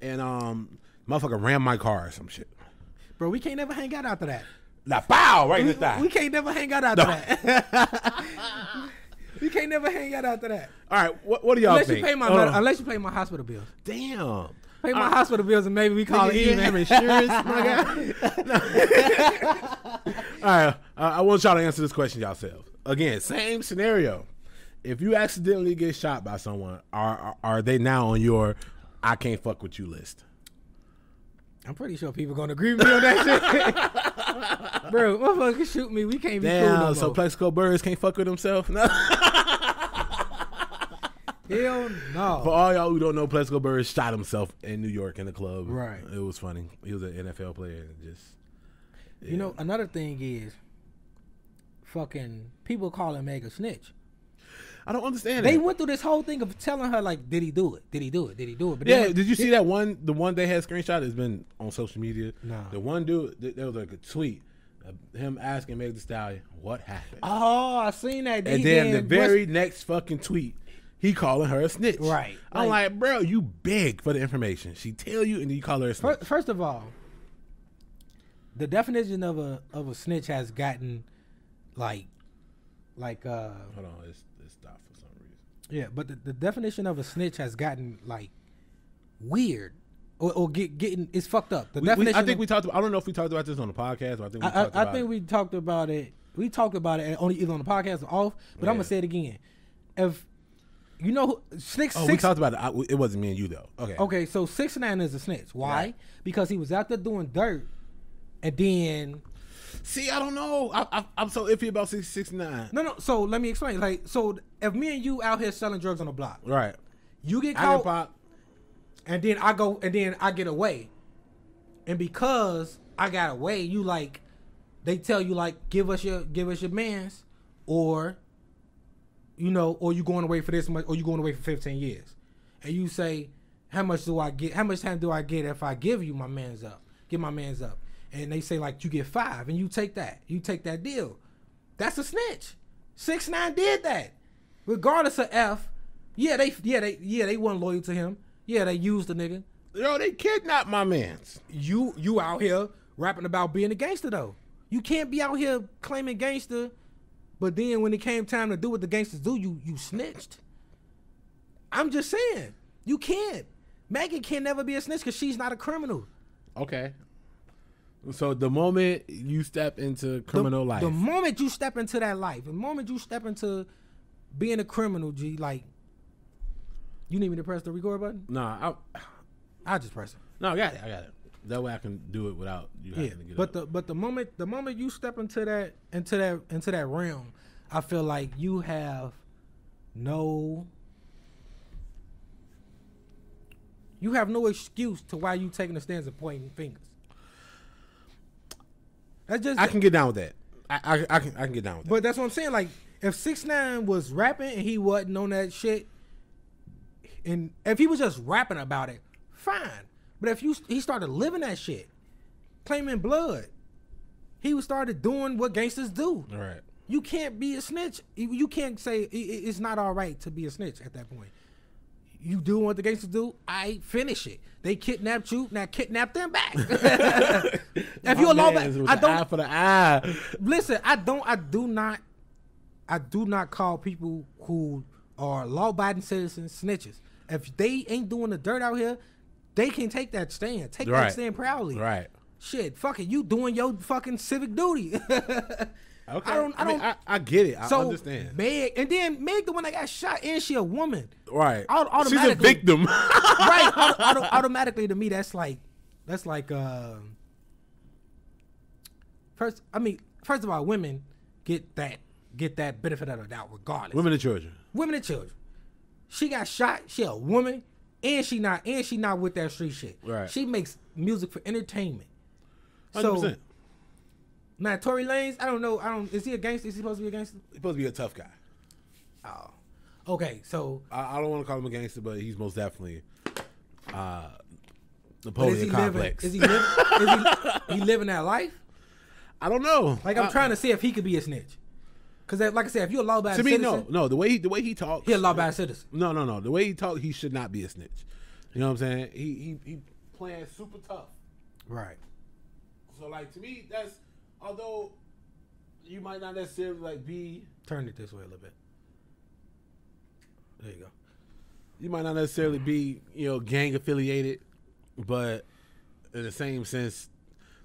Speaker 1: and um, motherfucker ran my car or some shit.
Speaker 2: Bro, we can't never hang out after that.
Speaker 1: Now, bow right in
Speaker 2: We,
Speaker 1: the thigh.
Speaker 2: Mm-hmm. we can't never hang out after that. we can't never hang out after that.
Speaker 1: All right, what, what do y'all
Speaker 2: Unless
Speaker 1: think?
Speaker 2: you pay my,
Speaker 1: Hold
Speaker 2: med-
Speaker 1: on.
Speaker 2: unless you pay my hospital bills.
Speaker 1: Damn.
Speaker 2: Pay my hospital bills and maybe we call
Speaker 1: Nigga,
Speaker 2: it
Speaker 1: you didn't
Speaker 2: even.
Speaker 1: have insurance, my guy. No. All right, uh, I want y'all to answer this question yourself. Again, same scenario. If you accidentally get shot by someone, are are, are they now on your "I can't fuck with you" list?
Speaker 2: I'm pretty sure people gonna agree with me on that shit. Bro, motherfucker shoot me. We can't be
Speaker 1: Damn,
Speaker 2: cool no
Speaker 1: so
Speaker 2: more.
Speaker 1: Plexico Birds can't fuck with himself. No.
Speaker 2: Hell
Speaker 1: For
Speaker 2: no.
Speaker 1: all y'all who don't know, Plexico Birds shot himself in New York in the club.
Speaker 2: Right.
Speaker 1: it was funny. He was an NFL player and just
Speaker 2: You know, another thing is fucking people calling Meg a snitch.
Speaker 1: I don't understand
Speaker 2: They
Speaker 1: it.
Speaker 2: went through this whole thing of telling her like, did he do it? Did he do it? Did he do it? But
Speaker 1: Yeah,
Speaker 2: then-
Speaker 1: did you see that one? The one they had screenshot has been on social media.
Speaker 2: Nah.
Speaker 1: The one dude, th- there was like a tweet of him asking Meg Thee Stallion what happened,
Speaker 2: Oh, I seen that. He
Speaker 1: and then the
Speaker 2: getting
Speaker 1: very next fucking tweet, he calling her a snitch.
Speaker 2: Right.
Speaker 1: I'm like, bro, you beg for the information. She tell you, and then you call her a snitch.
Speaker 2: Fir- First of all, the definition of a of a snitch has gotten like like uh
Speaker 1: Hold on, it's it stopped for some reason.
Speaker 2: yeah, but the, the definition of a snitch has gotten like weird or, or get getting it's fucked up. The
Speaker 1: We- we-
Speaker 2: definition
Speaker 1: I think
Speaker 2: of-
Speaker 1: we talked. About, I don't know if we talked about this on the podcast, but I think we
Speaker 2: I,
Speaker 1: talked
Speaker 2: I,
Speaker 1: about
Speaker 2: I think
Speaker 1: it.
Speaker 2: we talked about it. We talked about it only either on the podcast or off. But I'm
Speaker 1: Yeah.
Speaker 2: gonna say it again. If you know who- six
Speaker 1: Oh, we
Speaker 2: six
Speaker 1: talked about it. I, it wasn't me and you though. Okay.
Speaker 2: Okay, so six nine is a snitch. Why?
Speaker 1: Right.
Speaker 2: Because he was out there doing dirt, and then
Speaker 1: See, I don't know. I, I, I'm so iffy about six six nine.
Speaker 2: no, no. So let me explain. Like, so if me and you out here selling drugs on the block,
Speaker 1: Right.
Speaker 2: you get
Speaker 1: I
Speaker 2: caught,
Speaker 1: didn't pop.
Speaker 2: and then I go, and then I get away, and because I got away, you like, they tell you like, give us your, give us your man's, or, you know, or you going away for this much, or you going away for fifteen years, and you say, how much do I get? How much time do I get if I give you my man's up? Get my man's up, and they say like you get five, and you take that, you take that deal. That's a snitch. Six nine did that. Regardless of F, yeah they yeah they yeah they weren't loyal to him. Yeah they used the nigga.
Speaker 1: Yo, they kidnapped my man's.
Speaker 2: You you out here rapping about being a gangster though. You can't be out here claiming gangster, but then when it came time to do what the gangsters do, you you snitched. I'm just saying you can't. Megan can never be a snitch because she's not a criminal.
Speaker 1: Okay. So the moment you step into
Speaker 2: the-
Speaker 1: criminal life,
Speaker 2: The moment you step into that life, the moment you step into being a criminal, G, like you need me to press the record button?
Speaker 1: nah, I,
Speaker 2: I just press it.
Speaker 1: no, I got it. I got it. That way I can do it without you having
Speaker 2: Yeah.
Speaker 1: to get
Speaker 2: But
Speaker 1: up.
Speaker 2: the but the moment the moment you step into that into that into that realm, I feel like you have no you have no excuse to why you taking a stance and pointing fingers. That's just
Speaker 1: I can get down with that. I, I, I can I can get down with that.
Speaker 2: But that's what I'm saying. Like, if Six Nine was rapping and he wasn't on that shit, and if he was just rapping about it, fine. But if you he started living that shit, claiming blood, he was started doing what gangsters do.
Speaker 1: All right.
Speaker 2: You can't be a snitch. You you can't say i- i- it's not all right to be a snitch at that point. You do what the gangsters do. I finish it. They kidnapped you. Now kidnap them back. if you
Speaker 1: My
Speaker 2: a
Speaker 1: man's
Speaker 2: lawbacker,
Speaker 1: with
Speaker 2: I
Speaker 1: the
Speaker 2: don't
Speaker 1: eye for the eye.
Speaker 2: listen, I don't, I do not, I do not call people who are law-abiding citizens snitches. If they ain't doing the dirt out here, they can take that stand. Take
Speaker 1: Right.
Speaker 2: that stand proudly.
Speaker 1: Right.
Speaker 2: Shit, fuck it. You doing your fucking civic duty.
Speaker 1: Okay.
Speaker 2: I don't. I,
Speaker 1: mean,
Speaker 2: don't.
Speaker 1: I, I get it. I
Speaker 2: so
Speaker 1: understand.
Speaker 2: Meg, and then Meg, the one that got shot, and she a woman.
Speaker 1: right.
Speaker 2: au-
Speaker 1: She's a
Speaker 2: automatically-
Speaker 1: victim.
Speaker 2: right. Auto, auto, automatically to me, that's like that's like uh, first. I mean, first of all, women get that get that benefit of the doubt regardless.
Speaker 1: Women
Speaker 2: Women,
Speaker 1: and children.
Speaker 2: and children. She got shot. She a woman, and she not and she not with that street shit.
Speaker 1: Right.
Speaker 2: She makes music for entertainment.
Speaker 1: 100%.
Speaker 2: So now Tory Lanez, I don't know. I don't. Is he a gangster? Is he supposed to be a gangster?
Speaker 1: He's supposed to be a tough guy.
Speaker 2: Oh, okay. So
Speaker 1: I, I don't want to call him a gangster, but he's most definitely uh,
Speaker 2: but is
Speaker 1: Napoleon
Speaker 2: he
Speaker 1: complex.
Speaker 2: living? Is he living? is he, he living that life?
Speaker 1: I don't know. Uh,
Speaker 2: Like I'm
Speaker 1: I-
Speaker 2: trying to see if he could be a snitch. Cause that, like I said, if you're a
Speaker 1: To
Speaker 2: law abiding
Speaker 1: me,
Speaker 2: citizen,
Speaker 1: no, no. The way he, the way he talks,
Speaker 2: he a law abiding citizen.
Speaker 1: No, no, no. The way he talks, he should not be a snitch. You know what I'm saying? He he he playing super tough.
Speaker 2: Right.
Speaker 1: So like to me, that's although you might not necessarily like be,
Speaker 2: Turn it this way a little bit. There you go.
Speaker 1: you might not necessarily be, you know, gang affiliated, but in the same sense,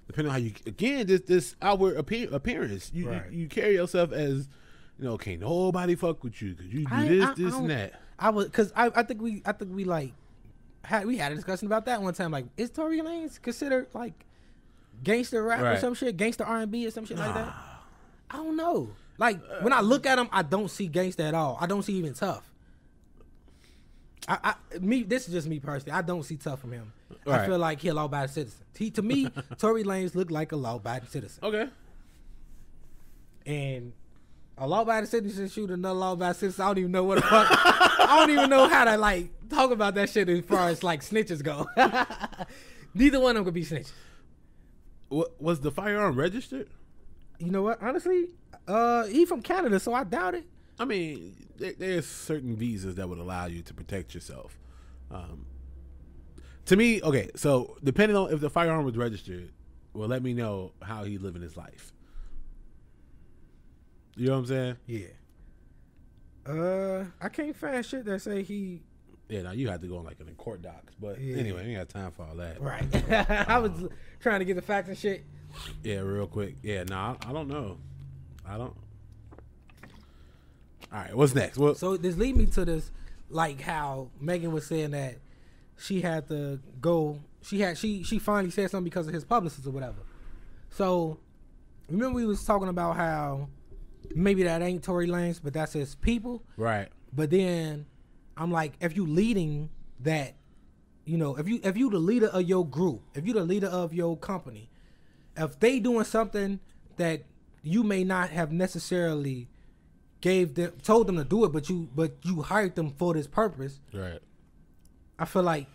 Speaker 1: depending on how you again this this outward appear, appearance, you,
Speaker 2: Right.
Speaker 1: you you carry yourself as, you know, can't nobody fuck with you because you do
Speaker 2: I-
Speaker 1: this,
Speaker 2: I- I
Speaker 1: this,
Speaker 2: don't-
Speaker 1: and that.
Speaker 2: I was because I, I think we I think we like had we had a discussion about that one time. Like, is Tory Lanez considered like gangster rap or
Speaker 1: Right.
Speaker 2: some shit, gangster R and B or some shit like that? I don't know. Like when I look at him, I don't see gangster at all. I don't see even tough. I, I me this is just me personally. I don't see tough from him. I
Speaker 1: Right.
Speaker 2: feel like he a law abiding citizen. He to me, Tory Lanez looked like a law abiding citizen.
Speaker 1: Okay.
Speaker 2: And A law abiding citizen shoot another law abiding citizen. I don't even know what the fuck. I don't even know how to like talk about that shit as far as like snitches go. Neither one of them could be snitches.
Speaker 1: Wa- was the firearm registered?
Speaker 2: You know what? Honestly, uh, he from Canada, so I doubt it.
Speaker 1: I mean, there, there's certain visas that would allow you to protect yourself. Um, to me, okay, so depending on if the firearm was registered, well, let me know how he living his life. You know what I'm saying?
Speaker 2: Yeah. Uh, I can't find shit that say he
Speaker 1: Yeah, now you have to go on like in the court docs, but
Speaker 2: Yeah.
Speaker 1: anyway, we ain't got time for all that.
Speaker 2: right. I was trying to get the facts and shit.
Speaker 1: Yeah, real quick. Yeah, no, I, I don't know. I don't. All right, what's next? Well,
Speaker 2: So this lead me to this, like how Megan was saying that she had to go. She had she she finally said something because of his publicist or whatever. So remember we was talking about how maybe that ain't Tory Lanez, but that's his people.
Speaker 1: right.
Speaker 2: But then I'm like, if you leading that, you know, if you if you the leader of your group, if you the leader of your company, if they doing something that you may not have necessarily gave them told them to do it, but you but you hired them for this purpose,
Speaker 1: Right.
Speaker 2: I feel like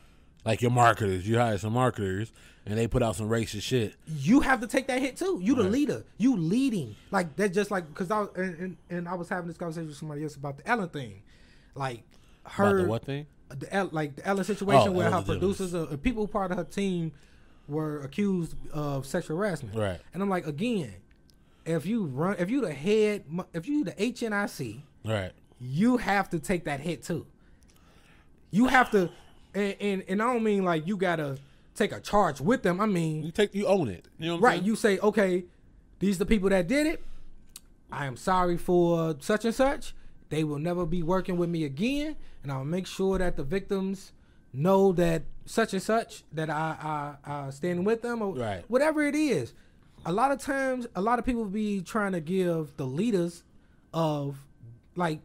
Speaker 1: Like your marketers, you hire some marketers, and they put out some racist shit.
Speaker 2: you have to take that hit too. You the leader. You leading. Like that's just like because I was, and, and and I was having this conversation with somebody else about the Ellen thing, like her
Speaker 1: About the what thing?
Speaker 2: the El- like the Ellen situation
Speaker 1: Oh,
Speaker 2: where her
Speaker 1: Ellen DeGeneres.
Speaker 2: producers, uh, people who part of her team, were accused of sexual harassment.
Speaker 1: Right.
Speaker 2: And I'm like, again, if you run, if you the head, mu- if you the HNIC,
Speaker 1: Right.
Speaker 2: you have to take that hit too. You have to, and and, and I don't mean like you gotta take a charge with them. I mean,
Speaker 1: You take, you own it. You know what I'm
Speaker 2: right?
Speaker 1: saying?
Speaker 2: You say, okay, these the people that did it. I am sorry for such and such. They will never be working with me again, and I'll make sure that the victims know that such and such that I I, I stand with them or
Speaker 1: Right.
Speaker 2: whatever it is. A lot of times, a lot of people be trying to give the leaders of like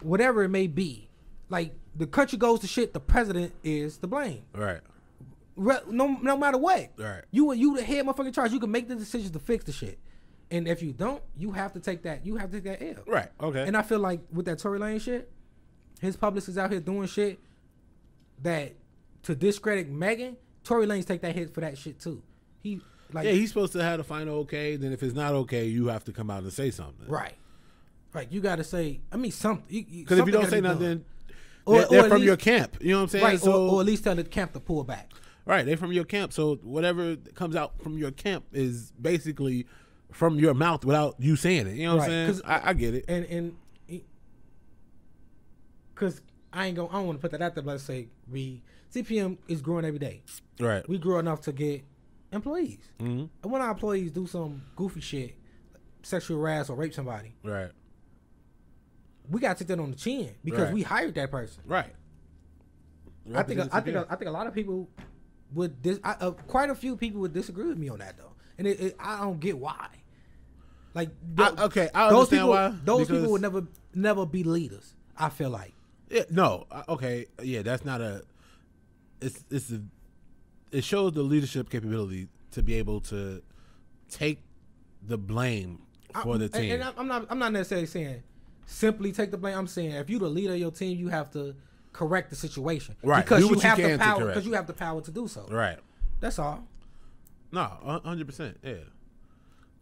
Speaker 2: whatever it may be, like the country goes to shit. The president is to blame
Speaker 1: Right.
Speaker 2: re- no no matter what.
Speaker 1: Right.
Speaker 2: You you the head motherfucking charge. You can make the decisions to fix the shit. And if you don't, you have to take that. You have to take that L.
Speaker 1: Right. Okay.
Speaker 2: And I feel like with that Tory Lane shit, his publicist out here doing shit that to discredit Megan. Tory Lanez take that hit for that shit too. He like
Speaker 1: yeah, he's supposed to have the final okay. Then if it's not okay, you have to come out and say something.
Speaker 2: right. Like you gotta say, I mean something.
Speaker 1: Because if you don't say nothing,
Speaker 2: Or-
Speaker 1: they're, they're
Speaker 2: or at
Speaker 1: from your
Speaker 2: least-
Speaker 1: camp. You know what I'm saying?
Speaker 2: right?
Speaker 1: so,
Speaker 2: or, or at least tell the camp to pull back.
Speaker 1: right, they're from your camp. So whatever comes out from your camp is basically from your mouth without you saying it. You know what
Speaker 2: Right,
Speaker 1: I'm
Speaker 2: 'cause-
Speaker 1: saying? I, I get it.
Speaker 2: and and it- cause I ain't gonna I don't want to put that out there. But let's say we CPM is growing every day.
Speaker 1: Right.
Speaker 2: We grow enough to get employees, mm-hmm. and when our employees do some goofy shit, sexual harass or rape somebody,
Speaker 1: Right.
Speaker 2: we gotta take that on the chin because
Speaker 1: Right.
Speaker 2: we hired that person.
Speaker 1: Right.
Speaker 2: I think I think I think a lot of people would dis. I, uh, quite a few people would disagree with me on that though, and it, it, I don't get why. Like
Speaker 1: I- okay, I
Speaker 2: those
Speaker 1: understand
Speaker 2: people,
Speaker 1: why,
Speaker 2: those
Speaker 1: because-
Speaker 2: people would never never be leaders. I feel like.
Speaker 1: Yeah, no. I- Okay. Yeah, that's not a. It's it's a, it shows the leadership capability to be able to take the blame for the
Speaker 2: and-
Speaker 1: team.
Speaker 2: And, I'm- I'm not I'm not necessarily saying simply take the blame. I'm saying if you the leader of your team, you have to correct the situation.
Speaker 1: Right.
Speaker 2: Because
Speaker 1: Do
Speaker 2: you
Speaker 1: what you
Speaker 2: have the
Speaker 1: can to
Speaker 2: power
Speaker 1: correct
Speaker 2: because
Speaker 1: it.
Speaker 2: you have the power to do so.
Speaker 1: right.
Speaker 2: That's all.
Speaker 1: No, a hundred percent. Yeah.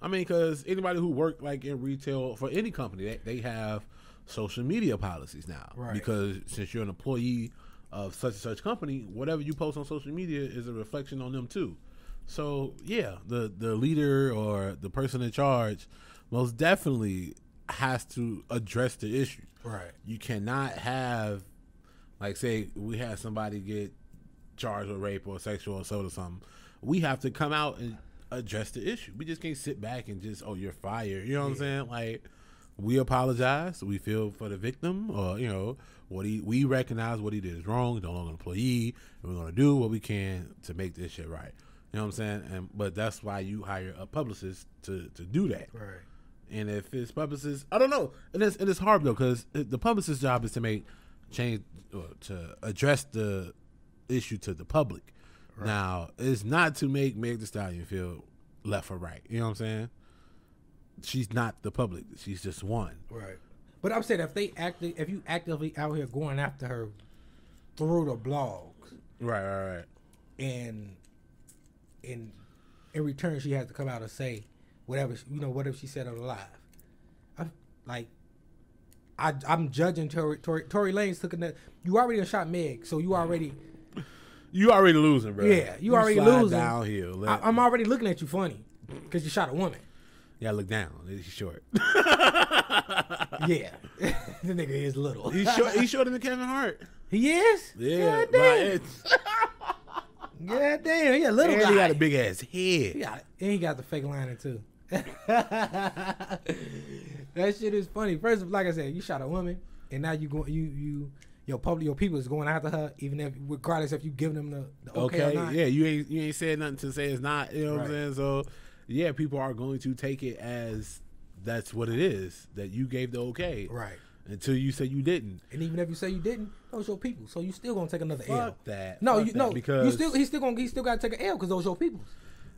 Speaker 1: I mean, because anybody who worked like in retail for any company, they, they have social media policies now.
Speaker 2: Right.
Speaker 1: Because since you're an employee of such and such company, whatever you post on social media is a reflection on them too. So yeah, the the leader or the person in charge most definitely has to address the issue.
Speaker 2: Right.
Speaker 1: You cannot have, like, say we had somebody get charged with rape or sexual assault or something. We have to come out and address the issue. We just can't sit back and just, oh, you're fired. You know what I'm saying? Like, we apologize. We feel for the victim, or you know, what he we recognize what he did is wrong. No longer an employee. And we're gonna do what we can to make this shit right. You know what I'm saying? And but that's why you hire a publicist to to do that.
Speaker 2: Right.
Speaker 1: And if it's publicist, I don't know. And it's, and it's hard though because the publicist's job is to make change or to address the issue to the public. Now it's not to make Meg Thee Stallion feel left or right. You know what I'm saying? she's not the public. She's just one.
Speaker 2: Right. But I'm saying if they active, if you actively out here going after her through the blogs,
Speaker 1: Right, right, right.
Speaker 2: and in in return she has to come out and say whatever she, you know whatever she said on the live. I like I I'm judging Tory Tory, Tory Lane's took another. You already done shot Meg, so you already
Speaker 1: You already losing, bro.
Speaker 2: Yeah, you already
Speaker 1: slide
Speaker 2: losing.
Speaker 1: downhill. Let,
Speaker 2: I, I'm already looking at you funny because you shot a woman.
Speaker 1: yeah, look down. He's short.
Speaker 2: Yeah, the nigga is little.
Speaker 1: He's short. He's shorter than Kevin Hart.
Speaker 2: He is.
Speaker 1: Yeah,
Speaker 2: God
Speaker 1: nah,
Speaker 2: damn.
Speaker 1: it's-
Speaker 2: God damn. He a little
Speaker 1: and
Speaker 2: guy.
Speaker 1: he got a big ass
Speaker 2: He
Speaker 1: head.
Speaker 2: got, and he got the fake liner too. that shit is funny. First, of- like I said, you shot a woman, and now you go, you you your public, your people is going after her, even if regardless if you giving them the, the okay,
Speaker 1: Okay,
Speaker 2: or not.
Speaker 1: yeah, you ain't you ain't said nothing to say it's not. You know what I'm
Speaker 2: Right.
Speaker 1: saying? So, yeah, people are going to take it as that's what it is that you gave the okay,
Speaker 2: Right.
Speaker 1: Until you say you didn't.
Speaker 2: And even if you say you didn't, those your people, so you still gonna take another L.
Speaker 1: Fuck that.
Speaker 2: No,
Speaker 1: Fuck
Speaker 2: you
Speaker 1: that,
Speaker 2: no,
Speaker 1: because
Speaker 2: you still he's still gonna he still gotta take an L because those your people.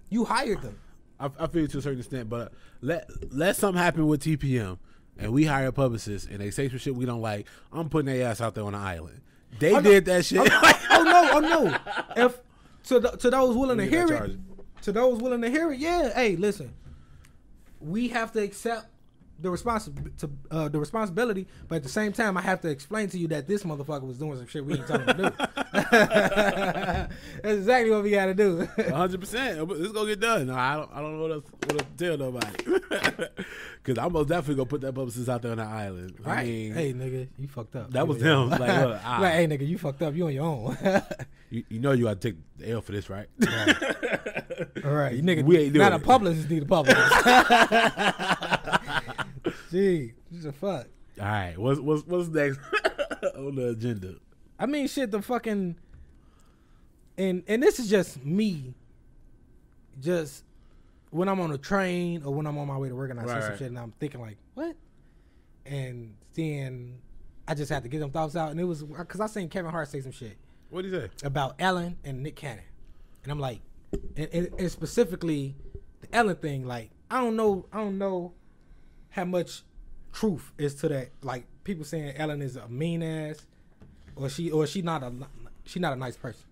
Speaker 2: You hired them.
Speaker 1: I, I feel to a certain extent, but let let something happen with TPM, and we hire publicists, and they say some shit we don't like. I'm putting their ass out there on an island. They
Speaker 2: Oh, no.
Speaker 1: did that shit.
Speaker 2: oh, oh no, oh no. If to th- to those willing to
Speaker 1: Let me get
Speaker 2: hear
Speaker 1: that
Speaker 2: it, to those willing to hear it, yeah. Hey, listen, we have to accept the responsi- to, uh, the responsibility, but at the same time, I have to explain to you that this motherfucker was doing some shit we didn't tell him to do. That's exactly what we got to do.
Speaker 1: 100. percent This is gonna get done. No, I don't. I don't know what else, what else to tell nobody. Because I'm most definitely gonna put that publicist out there on the island. I
Speaker 2: right?
Speaker 1: mean,
Speaker 2: hey, nigga, you fucked up.
Speaker 1: That
Speaker 2: You
Speaker 1: was
Speaker 2: on your own.
Speaker 1: them. Like, look, ah.
Speaker 2: like, hey, nigga, you fucked up. You on your own.
Speaker 1: you, you know you gotta take the L for this, right?
Speaker 2: All right, you nigga.
Speaker 1: We ain't doing
Speaker 2: not a
Speaker 1: it.
Speaker 2: publicist need a publicist. Gee, this is a fuck.
Speaker 1: All right. What's what's what's next on the agenda?
Speaker 2: I mean, shit. The fucking and and this is just me. Just when I'm on a train or when I'm on my way to work and I see
Speaker 1: Right,
Speaker 2: some
Speaker 1: right.
Speaker 2: shit and I'm thinking like, what? And then I just had to get them thoughts out, and it was because I seen Kevin Hart say some shit
Speaker 1: What do you say?
Speaker 2: about Ellen and Nick Cannon, and I'm like, and, and, and specifically the Ellen thing. Like, I don't know, I don't know how much truth is to that. Like, people saying Ellen is a mean ass, or she, or she not a, she not a nice person.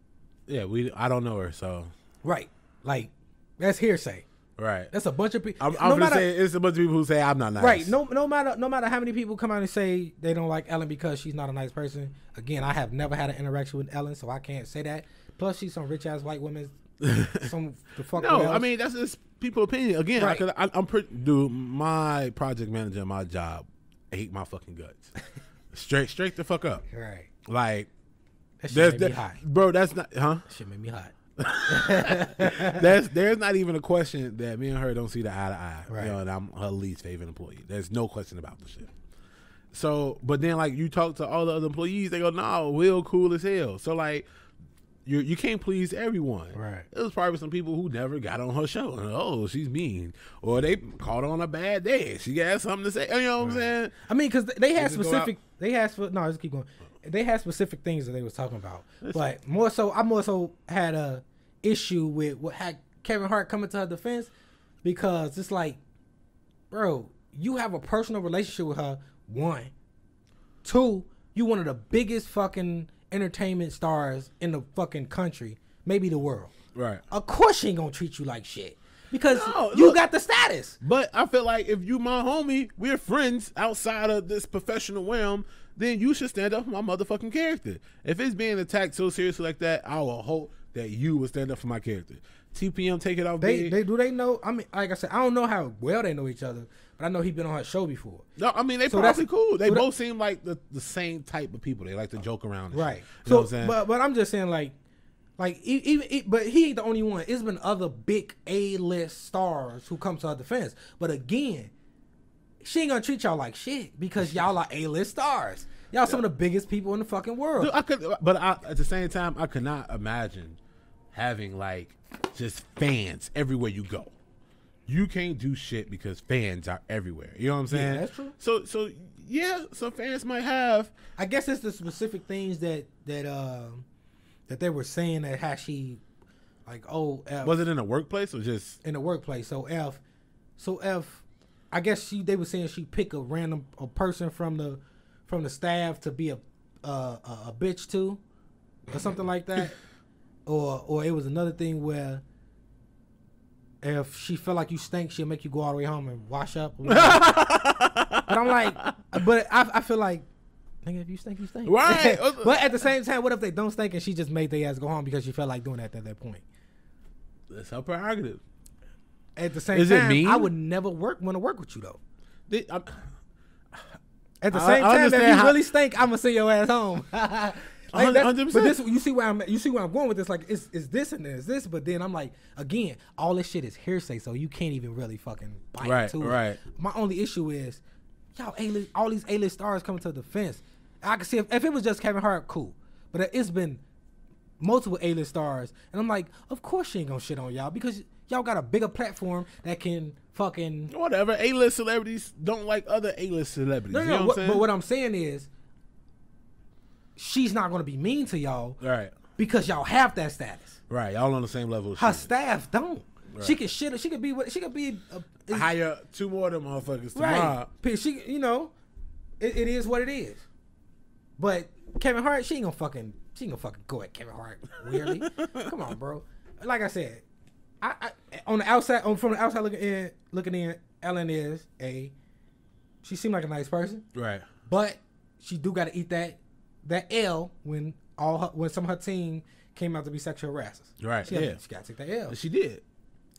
Speaker 1: Yeah, we. I don't know her, so
Speaker 2: Right. Like, that's hearsay.
Speaker 1: right.
Speaker 2: That's a bunch of people.
Speaker 1: I'm, I'm gonna say it's a bunch of people who say I'm not nice.
Speaker 2: Right. No. No matter. No matter how many people come out and say they don't like Ellen because she's not a nice person. Again, I have never had an interaction with Ellen, so I can't say that. Plus, she's some rich ass white woman. some the fuck.
Speaker 1: No,
Speaker 2: with
Speaker 1: I
Speaker 2: Ellen.
Speaker 1: mean that's just people opinion. Again,
Speaker 2: Right.
Speaker 1: I could, I, I'm pretty dude. My project manager, in my job, hate my fucking guts. straight, straight the fuck up.
Speaker 2: right.
Speaker 1: Like,
Speaker 2: That shit
Speaker 1: there's
Speaker 2: made me hot.
Speaker 1: that, bro. That's not, huh?
Speaker 2: That shit made me hot.
Speaker 1: There's there's not even a question that me and her don't see the eye to eye.
Speaker 2: Right.
Speaker 1: You know, and I'm her least favorite employee. There's no question about the shit. So, but then like you talk to all the other employees, they go, "No, Will cool as hell." So like, you you can't please everyone.
Speaker 2: Right.
Speaker 1: It was probably some people who never got on her show. And, oh, she's mean, or they caught her on a bad day. She got something to say. You know what I'm saying?
Speaker 2: I mean, because they had
Speaker 1: They just go
Speaker 2: specific. They had spe- no. Just keep going. They had specific things that they was talking about, but more so, I more so had a issue with what had Kevin Hart coming to her defense because it's like, bro, you have a personal relationship with her. One, two, you one of the biggest fucking entertainment stars in the fucking country, maybe the world.
Speaker 1: Right.
Speaker 2: Of course, she ain't gonna treat you like shit because
Speaker 1: No,
Speaker 2: you
Speaker 1: look-
Speaker 2: got the status.
Speaker 1: But I feel like if you my homie, we're friends outside of this professional realm, then you should stand up for my motherfucking character. If it's being attacked so seriously like that, I will hope that you will stand up for my character. TPM take it off
Speaker 2: They
Speaker 1: they,
Speaker 2: they do they know? I mean, like I said, I don't know how well they know each other, but I know he been on her show before.
Speaker 1: No, I mean they
Speaker 2: So that's-
Speaker 1: probably cool. They
Speaker 2: so that-
Speaker 1: both seem like the, the same type of people. They like to joke around, and shit.
Speaker 2: Right.
Speaker 1: You know what
Speaker 2: So,
Speaker 1: I'm saying?
Speaker 2: but but I'm just saying like, like e- even e- but he ain't the only one. It's been other big A list stars who come to her defense. But again, she ain't gonna treat y'all like shit because y'all are A list stars. Y'all some of the biggest people in the fucking world.
Speaker 1: Dude, I could, but I, at the same time, I could not imagine having like just fans everywhere you go. You can't do shit because fans are everywhere. You know what I'm saying?
Speaker 2: that's true.
Speaker 1: So, so yeah, so fans might have
Speaker 2: I guess it's the specific things that that um that they were saying that how she like oh F
Speaker 1: was it in a workplace or just
Speaker 2: in the workplace. So F, so F, I guess she they were saying she pick a random a person from the from the staff to be a a, a, a bitch to or something like that. Or or it was another thing where if she felt like you stink, she'll make you go all the way home and wash up. or whatever. but I'm like, but I, I feel like, nigga, if you stink, you stink.
Speaker 1: Right.
Speaker 2: but at the same time, what if they don't stink and she just made their ass go home because she felt like doing that at that point?
Speaker 1: That's her prerogative.
Speaker 2: At the same
Speaker 1: Is it
Speaker 2: time,
Speaker 1: mean?
Speaker 2: I would never work want to work with you though.
Speaker 1: They- I'm-
Speaker 2: At the
Speaker 1: I-
Speaker 2: same
Speaker 1: I
Speaker 2: time, if
Speaker 1: understand
Speaker 2: you
Speaker 1: how-
Speaker 2: really stink, I'm gonna send your ass home. like,
Speaker 1: hundred-
Speaker 2: that's-
Speaker 1: hundred
Speaker 2: but
Speaker 1: percent.
Speaker 2: this, you see where I'm, you see where I'm going with this. Like, it's, it's this and it's this, but then I'm like, again, all this shit is hearsay, so you can't even really fucking bite
Speaker 1: Right,
Speaker 2: to
Speaker 1: right.
Speaker 2: it. My only issue is, y'all A-list, all these A-list stars coming to the defense. I can see if, if it was just Kevin Hart, cool, but it's been multiple A-list stars, and I'm like, of course she ain't gonna shit on y'all because y'all got a bigger platform that can fucking
Speaker 1: whatever. A list celebrities don't like other A list celebrities.
Speaker 2: No,
Speaker 1: you
Speaker 2: no,
Speaker 1: know
Speaker 2: what-
Speaker 1: what, I'm saying?
Speaker 2: but what I'm saying is, she's not gonna be mean to y'all
Speaker 1: right,
Speaker 2: because y'all have that status.
Speaker 1: right. Y'all on the same level. as
Speaker 2: Her
Speaker 1: she is.
Speaker 2: staff don't. She could shit. She could be. what- She could be. A, is-
Speaker 1: Hire two more of them motherfuckers
Speaker 2: right.
Speaker 1: tomorrow.
Speaker 2: P- She. You know, it, it is what it is. But Kevin Hart, she ain't gonna fucking. She ain't gonna fucking go at Kevin Hart. Weirdly, come on, bro. Like I said, I, I on the outside, on from the outside looking in, looking in, Ellen is a. She seemed like a nice person.
Speaker 1: Right.
Speaker 2: But she do got to eat that that L when all her, when some of her team came out to be sexual harassers.
Speaker 1: Right,
Speaker 2: She gotta-
Speaker 1: yeah.
Speaker 2: She got to take that L.
Speaker 1: And she did.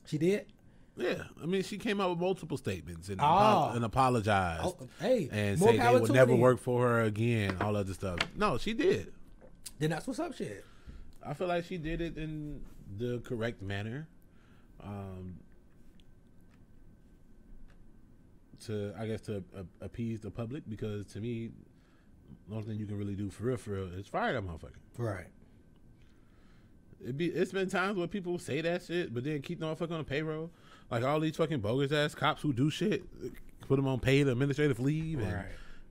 Speaker 2: She did.
Speaker 1: Yeah. I mean, she came out with multiple statements and,
Speaker 2: Oh.
Speaker 1: apo- and apologized.
Speaker 2: Oh, hey,
Speaker 1: and
Speaker 2: more
Speaker 1: say they
Speaker 2: power
Speaker 1: would
Speaker 2: to
Speaker 1: never
Speaker 2: her then.
Speaker 1: work for her again, all other stuff. No, she did.
Speaker 2: Then that's what's up, shit.
Speaker 1: I feel like she did it in the correct manner. Um, to I guess to a- appease the public because to me, the only thing you can really do for real, for real, is fire that motherfucker.
Speaker 2: Right.
Speaker 1: It be it's been times where people say that shit, but then keep the motherfucker on the payroll. Like all these fucking bogus ass cops who do shit, put them on paid administrative leave, and
Speaker 2: Right.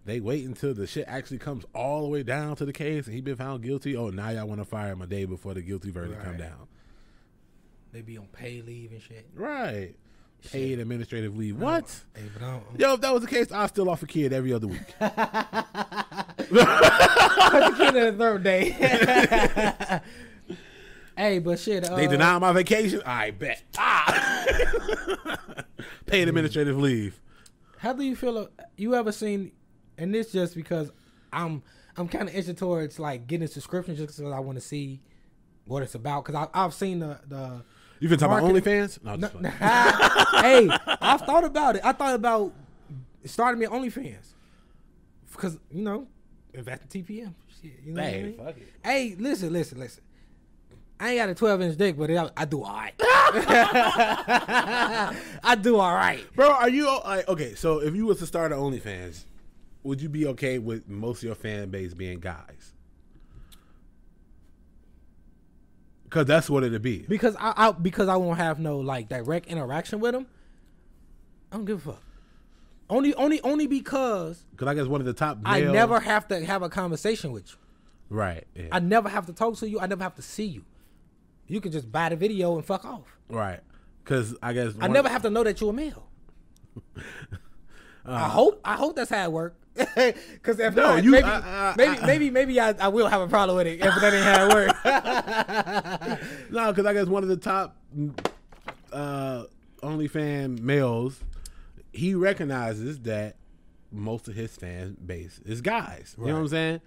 Speaker 1: they wait until the shit actually comes all the way down to the case, and he been found guilty. Oh, now y'all want to fire him a day before the guilty verdict come
Speaker 2: Right.
Speaker 1: down.
Speaker 2: They be on pay leave and shit.
Speaker 1: Right. Paid administrative leave. What?
Speaker 2: Hey, but I don't.
Speaker 1: Yo, if that was the case, I'd still off a kid every other week.
Speaker 2: Put the kid in the third day. hey, but shit. Uh,
Speaker 1: they deny my vacation. I bet. Ah. Paid administrative leave.
Speaker 2: How do you feel? a- You ever seen? And this just because I'm I'm kind of itching towards like getting a subscription just because I want to see what it's about. Because I've seen the the.
Speaker 1: You been talking about
Speaker 2: Marketing-
Speaker 1: OnlyFans? No, I'm just playing.
Speaker 2: hey, I've thought about it. I thought about starting me an OnlyFans because you know invest in TPM. Shit, you know
Speaker 1: Hey,
Speaker 2: what I mean?
Speaker 1: fuck it.
Speaker 2: Hey, listen, listen, listen. I ain't got a 12 inch dick, but I, I do all right. I do all right.
Speaker 1: Bro, are you uh, like okay? So if you was to start an OnlyFans, would you be okay with most of your fan base being guys? Because that's what it'd be.
Speaker 2: because I, I because I won't have no like direct interaction with him. I don't give a fuck. Only only only because
Speaker 1: Because I guess one of the top.
Speaker 2: I
Speaker 1: male-
Speaker 2: never have to have a conversation with you.
Speaker 1: Right. yeah,
Speaker 2: I never have to talk to you. I never have to see you. You can just buy the video and fuck off.
Speaker 1: right. Because I guess
Speaker 2: I never have to know that you're a male. I hope I hope that's how it works. Because if
Speaker 1: Uh, No,
Speaker 2: not,
Speaker 1: you-
Speaker 2: maybe,
Speaker 1: I- I-
Speaker 2: maybe,
Speaker 1: I-
Speaker 2: maybe maybe I, I will have a problem with it if that ain't how it works.
Speaker 1: No, because I guess one of the top uh, OnlyFans males, he recognizes that most of his fan base is guys. You know what I'm saying?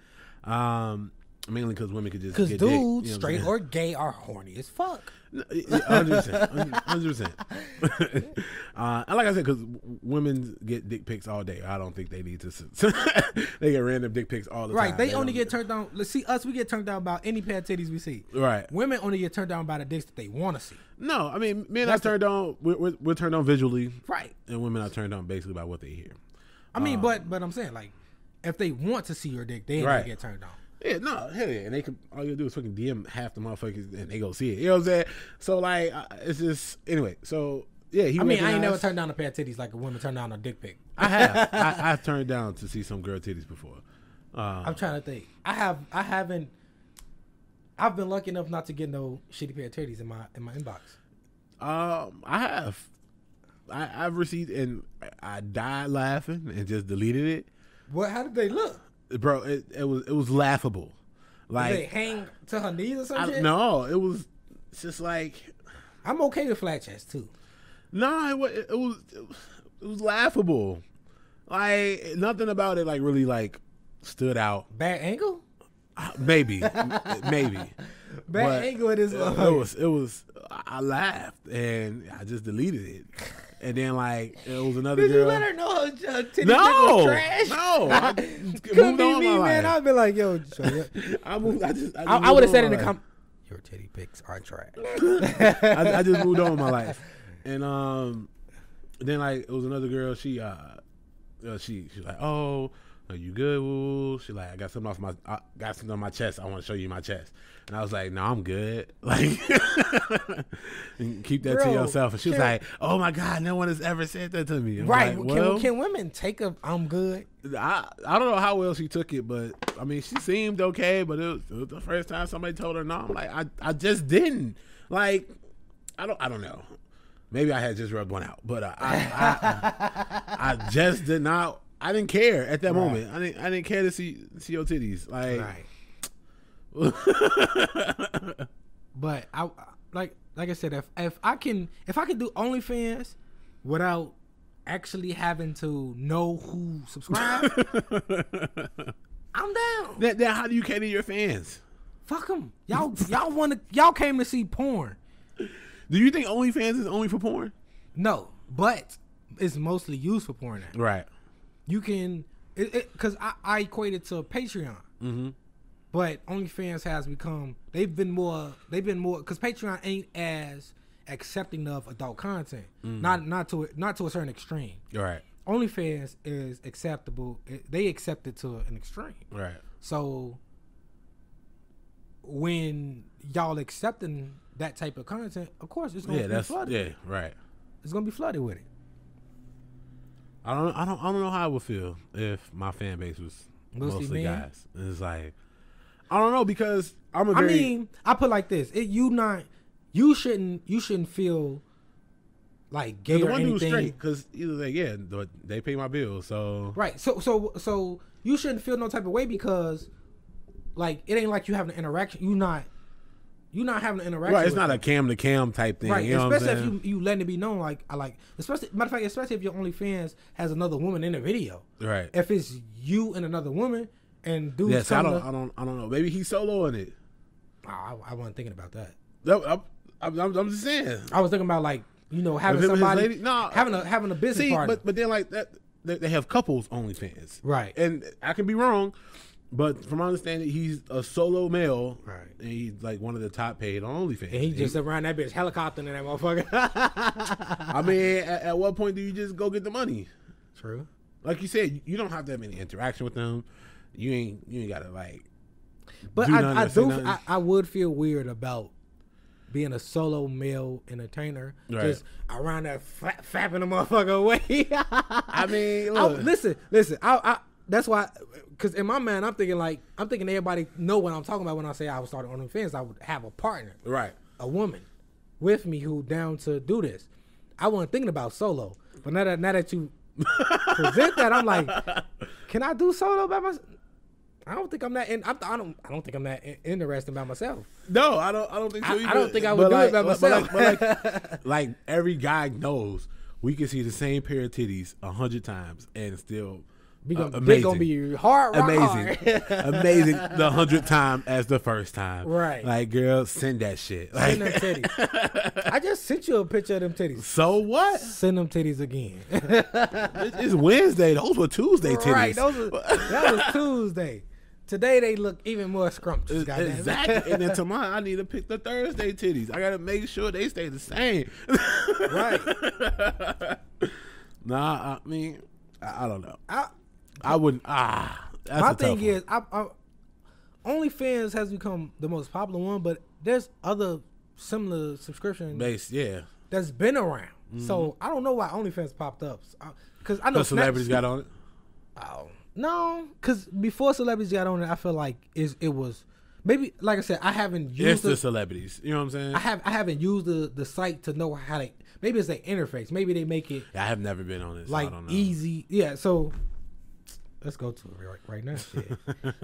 Speaker 1: Um, mainly because women could just
Speaker 2: Because
Speaker 1: get dick, you know what
Speaker 2: dudes,
Speaker 1: I'm
Speaker 2: straight
Speaker 1: saying?
Speaker 2: or gay, are horny as fuck.
Speaker 1: No, yeah, yeah, 100%. 100%. uh, and like I said, because women get dick pics all day. I don't think they need to. s- they get random dick pics all the
Speaker 2: Right,
Speaker 1: time.
Speaker 2: they, only
Speaker 1: don't-
Speaker 2: get turned down. Let's see, us we get turned down by any pair of titties we see.
Speaker 1: Right.
Speaker 2: Women only get turned down by the dicks that they want to see.
Speaker 1: No, I mean, men are turned on. We're, we're, we're turned on visually.
Speaker 2: Right.
Speaker 1: And women are turned on basically by what they hear.
Speaker 2: I mean,
Speaker 1: Uh.
Speaker 2: but but I'm saying like, if they want to see your dick, they ain't
Speaker 1: Right.
Speaker 2: gonna get turned down.
Speaker 1: Yeah, no, hell yeah. And they can all you do is fucking DM half the motherfuckers and they go see it. You know what I'm saying? So like, I- it's just anyway. So yeah, he.
Speaker 2: I mean, I ain't never
Speaker 1: recognized-
Speaker 2: turned down a pair of titties like a woman turned down a dick pic.
Speaker 1: I have. I, I've turned down to see some girl titties before. Uh,
Speaker 2: I'm trying to think. I have I haven't. I've been lucky enough not to get no shitty pair of titties in my in my inbox.
Speaker 1: um, I have. I, I've received and I died laughing and just deleted it.
Speaker 2: What? How did they look?
Speaker 1: bro it, it was it was laughable
Speaker 2: Did they
Speaker 1: like
Speaker 2: hang to her knees or
Speaker 1: I,
Speaker 2: something?
Speaker 1: no it was it's just like
Speaker 2: I'm okay with flat chest too.
Speaker 1: no it, wa- it was it was laughable like nothing about it like really like stood out
Speaker 2: Bad angle.
Speaker 1: Uh, maybe m- maybe
Speaker 2: Bad
Speaker 1: But-
Speaker 2: angle. It is.
Speaker 1: it,
Speaker 2: Uh,
Speaker 1: it was it was I I laughed and I just deleted it and then like it was another
Speaker 2: Did you
Speaker 1: girl
Speaker 2: let her know her uh, titty was
Speaker 1: no
Speaker 2: trash?
Speaker 1: no I
Speaker 2: Could
Speaker 1: moved
Speaker 2: be
Speaker 1: on
Speaker 2: me,
Speaker 1: my
Speaker 2: man.
Speaker 1: life.
Speaker 2: I'd be like, yo, Joe, yo-
Speaker 1: I moved I just I,
Speaker 2: I,
Speaker 1: just
Speaker 2: I would have
Speaker 1: moved on
Speaker 2: said in
Speaker 1: my
Speaker 2: the
Speaker 1: life.
Speaker 2: com. Your titty pics are trash.
Speaker 1: I, I just moved on with my life, and um, then like it was another girl. She uh, uh, she she's like, oh, are you good? Woo? She like, I got something off my, I got something on my chest. I want to show you my chest, and I was like, no, I'm good. Like, and keep that to
Speaker 2: Bro,
Speaker 1: yourself. And she was
Speaker 2: can-
Speaker 1: like, oh my god, no one has ever said that to me. I'm
Speaker 2: right?
Speaker 1: like,
Speaker 2: can,
Speaker 1: well,
Speaker 2: can women take a I'm good?
Speaker 1: I I don't know how well she took it, but I mean, she seemed okay. But it was, it was the first time somebody told her no. I'm like, I, I just didn't. Like, I don't I don't know. Maybe I had just rubbed one out, but uh, I, I I just did not. I didn't care at that moment. I didn't I didn't care to see see your titties. Like,
Speaker 2: Right. But I like like I said, if if I can if I can do OnlyFans without actually having to know who subscribes, I'm down.
Speaker 1: then, then how do you cater to your fans?
Speaker 2: Fuck them. Y'all y'all want to y'all came to see porn.
Speaker 1: Do you think OnlyFans is only for porn?
Speaker 2: No, but it's mostly used for porn. now.
Speaker 1: Right.
Speaker 2: You can it, it, cuz I I equate it to Patreon. Mhm. But OnlyFans has become they've been more they've been more cuz Patreon ain't as accepting of adult content. Not not to a- not to a certain extreme.
Speaker 1: Right.
Speaker 2: OnlyFans is acceptable. it- They accept it to an extreme.
Speaker 1: Right.
Speaker 2: So when y'all accepting that type of content, of course it's gonna
Speaker 1: Yeah.
Speaker 2: be
Speaker 1: That's
Speaker 2: flooded.
Speaker 1: yeah. Right.
Speaker 2: It's gonna be flooded with it.
Speaker 1: I don't, I don't, I don't know how I would feel if my fan base was
Speaker 2: Mostly
Speaker 1: mostly,
Speaker 2: men?
Speaker 1: guys. It's like, I don't know because I'm a
Speaker 2: I
Speaker 1: very
Speaker 2: mean, I put like this: it, you not, you shouldn't, you shouldn't feel like gay
Speaker 1: the
Speaker 2: or
Speaker 1: one dude's
Speaker 2: anything,
Speaker 1: straight because either they yeah th- they pay my bills so
Speaker 2: right? So, so, so you shouldn't feel no type of way because, like, it ain't like you have an interaction. You not, you not having an interaction.
Speaker 1: right. It's
Speaker 2: with
Speaker 1: not
Speaker 2: them.
Speaker 1: a cam to cam type thing,
Speaker 2: Right,
Speaker 1: You know
Speaker 2: especially
Speaker 1: what I'm saying?
Speaker 2: if you you letting it be known like I like especially matter of fact, especially if your OnlyFans has another woman in the video.
Speaker 1: right?
Speaker 2: If it's you and another woman and dude,
Speaker 1: yes, I don't, I don't, I don't know. Maybe he's soloing it.
Speaker 2: I, I wasn't thinking about that.
Speaker 1: That- I'm, I'm, I'm, I'm just saying.
Speaker 2: I was thinking about like you know having
Speaker 1: If it was
Speaker 2: somebody
Speaker 1: lady- no.
Speaker 2: having a having a business
Speaker 1: See,
Speaker 2: partner.
Speaker 1: but but then like that, they, they have couples OnlyFans,
Speaker 2: Right.
Speaker 1: And I can be wrong, but from my understanding, he's a solo male,
Speaker 2: Right.
Speaker 1: And he's like one of the top paid on OnlyFans.
Speaker 2: and he just around that bitch helicoptering in that motherfucker.
Speaker 1: I mean, at, at what point do you just go get the money?
Speaker 2: True.
Speaker 1: Like you said, you don't have to have any interaction with them. You ain't you ain't gotta like
Speaker 2: But
Speaker 1: Do nothing
Speaker 2: I, I
Speaker 1: or say
Speaker 2: do
Speaker 1: nothing.
Speaker 2: I, I would feel weird about being a solo male entertainer
Speaker 1: Right.
Speaker 2: just around that fa- fapping the motherfucker away.
Speaker 1: I mean
Speaker 2: I,
Speaker 1: look,
Speaker 2: listen, listen. I, I that's why, because in my mind, I'm thinking like I'm thinking everybody know what I'm talking about when I say I was starting OnlyFans. I would have a partner,
Speaker 1: Right.
Speaker 2: a woman, with me who down to do this. I wasn't thinking about solo, but now that now that you present that, I'm like, can I do solo by myself? I don't think I'm that. In, I'm, I don't. I don't think I'm that in, interesting by myself.
Speaker 1: No, I don't I don't think so
Speaker 2: I-
Speaker 1: either.
Speaker 2: I don't think I
Speaker 1: But
Speaker 2: would do it by
Speaker 1: but- but
Speaker 2: myself.
Speaker 1: Like, but like, like every guy knows we can see the same pair of titties a hundred times and still
Speaker 2: Be
Speaker 1: uh,
Speaker 2: gonna, they
Speaker 1: amazing.
Speaker 2: gonna be hard, rock
Speaker 1: amazing.
Speaker 2: hard.
Speaker 1: amazing the hundredth time as the first time.
Speaker 2: Right.
Speaker 1: Like girl, send that shit. Like,
Speaker 2: Send them titties. I just sent you a picture of them titties.
Speaker 1: so what?
Speaker 2: Send them titties again.
Speaker 1: It's it's Wednesday. Those were Tuesday titties.
Speaker 2: Right, those was, that was Tuesday. Today they look even more scrumptious. goddamn it.
Speaker 1: Exactly. and then tomorrow I need to pick the Thursday titties. I gotta make sure they stay the same.
Speaker 2: right.
Speaker 1: nah, I mean, I, I don't know.
Speaker 2: I,
Speaker 1: I wouldn't. Ah, that's
Speaker 2: my
Speaker 1: a
Speaker 2: thing
Speaker 1: tough
Speaker 2: is, I, I, OnlyFans has become the most popular one, but there's other similar subscription
Speaker 1: one. base. Yeah,
Speaker 2: that's been around. So I don't know why OnlyFans popped up. Because I know
Speaker 1: the Mm-hmm. celebrities got on it.
Speaker 2: Oh. No, because before celebrities got on it, I feel like is it was Maybe like I said, I haven't used
Speaker 1: It's
Speaker 2: the-
Speaker 1: the celebrities. You know what I'm saying?
Speaker 2: I have I haven't used the the site to know how to. Maybe it's the interface. Maybe they make it
Speaker 1: I have never been on this. so I
Speaker 2: like
Speaker 1: don't know.
Speaker 2: easy. Yeah. So let's go to it right, right now. Shit.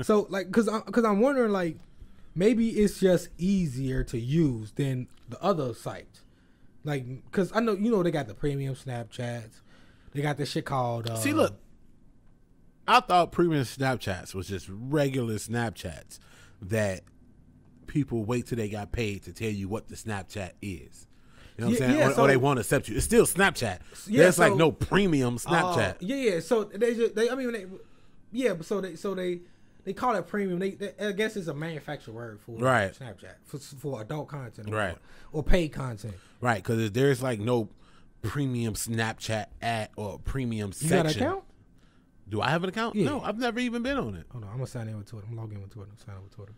Speaker 2: so like, cause I'm cause I'm wondering like maybe it's just easier to use than the other sites. Like, cause I know you know they got the premium Snapchats. They got this shit called. Uh,
Speaker 1: See, look, I thought premium Snapchats was just regular Snapchats that people wait till they got paid to tell you what the Snapchat is. You know what I'm
Speaker 2: Yeah,
Speaker 1: saying?
Speaker 2: yeah,
Speaker 1: or, or
Speaker 2: so-
Speaker 1: they won't accept you. It's still Snapchat.
Speaker 2: Yeah,
Speaker 1: There's like
Speaker 2: so-
Speaker 1: no premium
Speaker 2: Oh,
Speaker 1: Snapchat.
Speaker 2: yeah, yeah. So they just they. I mean, they, yeah. But so they so they they call it premium. They, they I guess it's a manufactured word for
Speaker 1: Right.
Speaker 2: Snapchat for, for adult content, or,
Speaker 1: Right.
Speaker 2: Or paid content.
Speaker 1: Right, because there's like no premium Snapchat ad or premium
Speaker 2: You
Speaker 1: section.
Speaker 2: got an account?
Speaker 1: Do I have an account?
Speaker 2: Yeah.
Speaker 1: No, I've never even been on it.
Speaker 2: Hold on, I'm gonna sign in with Twitter. I'm logging in with Twitter. I'm signing with Twitter.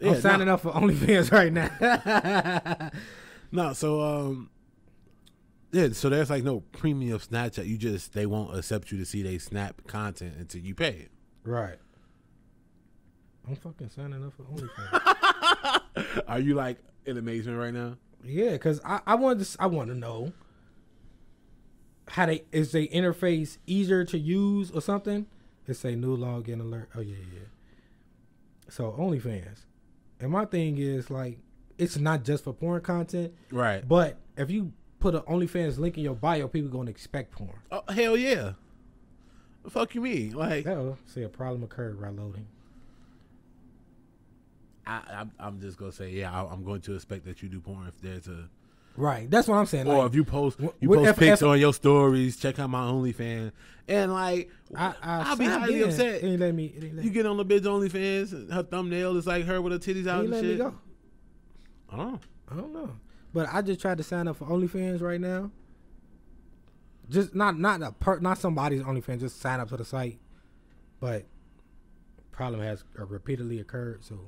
Speaker 1: Yeah,
Speaker 2: I'm
Speaker 1: no.
Speaker 2: signing up for OnlyFans right now.
Speaker 1: No, so um, yeah, so there's like no premium Snapchat. You just they won't accept you to see they snap content until you pay.
Speaker 2: right. I'm fucking signing up for OnlyFans.
Speaker 1: Are you like in amazement right now?
Speaker 2: yeah, cause I I wanted to s- I want to know how they is they interface easier to use or something. It say new login alert. Oh yeah yeah. yeah. So OnlyFans, and my thing is like it's not just for porn content,
Speaker 1: Right.
Speaker 2: but if you put an OnlyFans link in your bio, people gonna expect porn.
Speaker 1: Oh hell yeah. Fuck you mean like
Speaker 2: Oh, see a problem occurred while loading.
Speaker 1: I, I'm, I'm just gonna say yeah I, I'm going to expect that you do porn if there's a
Speaker 2: Right. That's what I'm saying.
Speaker 1: or
Speaker 2: Like,
Speaker 1: if you post
Speaker 2: wh-
Speaker 1: you
Speaker 2: what
Speaker 1: post
Speaker 2: if-
Speaker 1: pics
Speaker 2: if-
Speaker 1: on your stories check out my OnlyFans and like
Speaker 2: I, I
Speaker 1: I'll be
Speaker 2: signed
Speaker 1: highly
Speaker 2: in.
Speaker 1: upset.
Speaker 2: It ain't let me. It ain't let,
Speaker 1: You get on the bitch OnlyFans and her thumbnail is like her with her titties
Speaker 2: it
Speaker 1: out
Speaker 2: ain't
Speaker 1: and
Speaker 2: let me
Speaker 1: shit.
Speaker 2: go.
Speaker 1: I don't know.
Speaker 2: I don't know. But I just tried to sign up for OnlyFans right now. Just not not a per, not somebody's OnlyFans. Just sign up to the site. But problem has uh, repeatedly occurred. So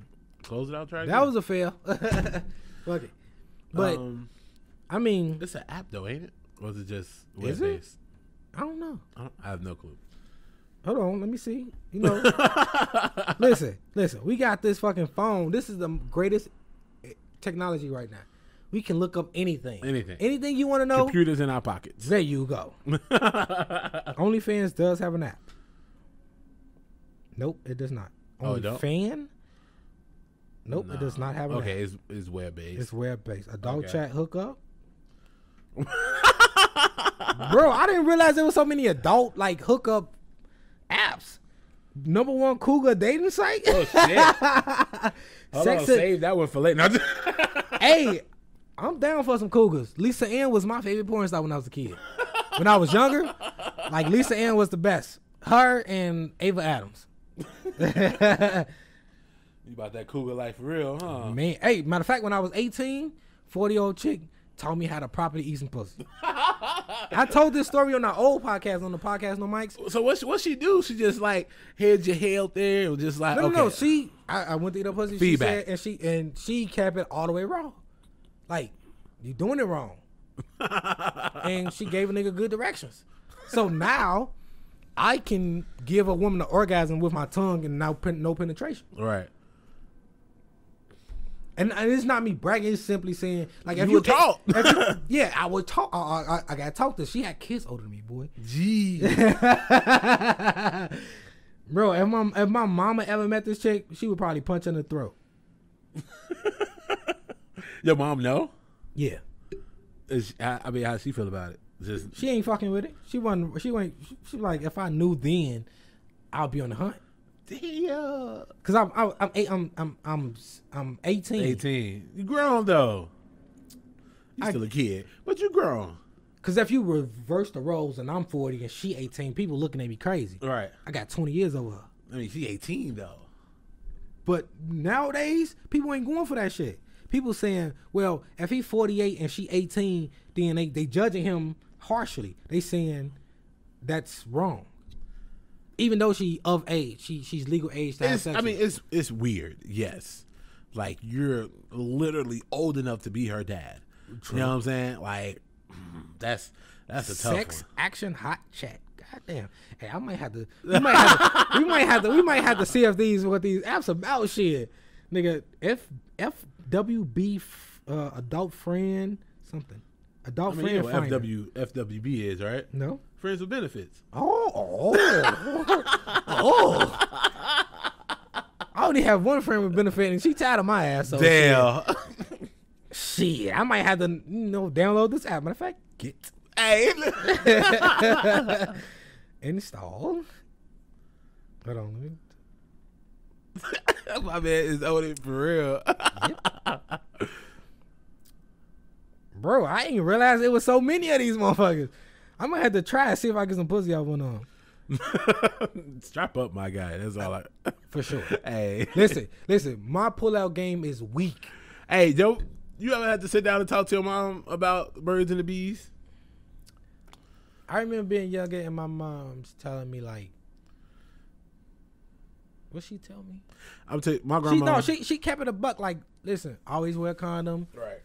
Speaker 1: Close it out. Try
Speaker 2: that was a fail. Fuck it. But
Speaker 1: Um,
Speaker 2: I mean,
Speaker 1: It's an app though, ain't it? Or is it just web
Speaker 2: Is it?
Speaker 1: based?
Speaker 2: I don't know.
Speaker 1: I, don't, I have no clue.
Speaker 2: Hold on, let me see. You know, listen, listen. We got this fucking phone. This is the greatest eh, technology right now. We can look up anything.
Speaker 1: Anything.
Speaker 2: Anything you want to know.
Speaker 1: Computers in our pockets.
Speaker 2: There you go. OnlyFans does have an app. Nope, it does not.
Speaker 1: Oh, it don't?
Speaker 2: OnlyFan. Nope,
Speaker 1: Nah.
Speaker 2: it does not have an app.
Speaker 1: Okay, it's, it's web
Speaker 2: It's
Speaker 1: based.
Speaker 2: web based. Adult
Speaker 1: Okay.
Speaker 2: chat hookup. Bro, I didn't realize there was so many adult like hookup apps. Number one cougar dating site.
Speaker 1: Oh shit!
Speaker 2: Sex
Speaker 1: that one for later.
Speaker 2: hey, I'm down for some cougars. Lisa Ann was my favorite porn star when I was a kid. When I was younger, like Lisa Ann was the best. Her and Ava Adams.
Speaker 1: you about that cougar life for real, huh?
Speaker 2: Man, hey, matter of fact, when I was 18, 40 year old chick taught me how to properly eat some pussy. I told this story on our old podcast, on the podcast, no mics.
Speaker 1: So what? She, what she do? She just like had your hair out there, or just like
Speaker 2: No,
Speaker 1: okay.
Speaker 2: no, no. She, I, I went to eat her pussy.
Speaker 1: Feedback.
Speaker 2: She said, and she and she kept it all the way wrong. Like you doing it wrong. and she gave a nigga good directions. So now, I can give a woman an orgasm with my tongue and now pen, no penetration.
Speaker 1: right?
Speaker 2: And, and it's not me bragging. It's simply saying like
Speaker 1: You were taught.
Speaker 2: if you- yeah, I would talk. I, I, I- I got taught this. She had kids older than me, boy.
Speaker 1: Gee,
Speaker 2: Bro, if my if my mama ever met this chick, she would probably punch her in the throat.
Speaker 1: your mom know?
Speaker 2: Yeah.
Speaker 1: Is she- I, I mean, how she feel about it? Just
Speaker 2: She ain't fucking with it. She wasn't. She went. She, she like, if I knew then, I'll be on the hunt.
Speaker 1: damn.
Speaker 2: Cause I'm I'm I'm eight, I'm I'm I'm I'm eighteen.
Speaker 1: Eighteen, you grown though. You
Speaker 2: I-
Speaker 1: still a kid, but you grown,
Speaker 2: Cause if you reverse the roles and I'm forty and she eighteen, people looking at me crazy.
Speaker 1: right?
Speaker 2: I got twenty years over her.
Speaker 1: I mean, she eighteen though.
Speaker 2: But nowadays, people ain't going for that shit. People saying, well, if he 48 and she 18, then they, they judging him harshly. They saying that's wrong. Even though she of age, she she's legal age to have
Speaker 1: It's,
Speaker 2: sex.
Speaker 1: I mean,
Speaker 2: with.
Speaker 1: it's it's weird. Yes, like you're literally old enough to be her dad. You know what I'm saying? Like mm, that's that's a tough
Speaker 2: sex action hot chat. Goddamn. Hey, I might have to. We might have to. we might have to. We might have to see if these what these apps about shit. nigga F FWB f- uh, adult friend something. Adult
Speaker 1: I mean, you
Speaker 2: friend
Speaker 1: know what
Speaker 2: finder.
Speaker 1: FW, FWB is, right?
Speaker 2: No.
Speaker 1: Friends with benefits.
Speaker 2: Oh, oh, oh. I only have one friend with benefit, and she tired of my ass. So Shit, Shit, I might have to you know download this app. Matter of fact, get
Speaker 1: hey.
Speaker 2: install. Hold on, let me.
Speaker 1: My man is on it for real.
Speaker 2: Bro, I didn't realize it was so many of these motherfuckers. I'm gonna have to try and see if I get some pussy out one of them
Speaker 1: Strap up, my guy. That's all I.
Speaker 2: for sure.
Speaker 1: hey.
Speaker 2: listen, listen, my pullout game is weak.
Speaker 1: Hey, Joe, you ever had to sit down and talk to your mom about birds and the bees?
Speaker 2: I remember being younger and my mom's telling me like, what she tell me?
Speaker 1: I'm telling my
Speaker 2: She
Speaker 1: grandma.
Speaker 2: no, she she kept it a buck. Like, listen, always wear a condom.
Speaker 1: right.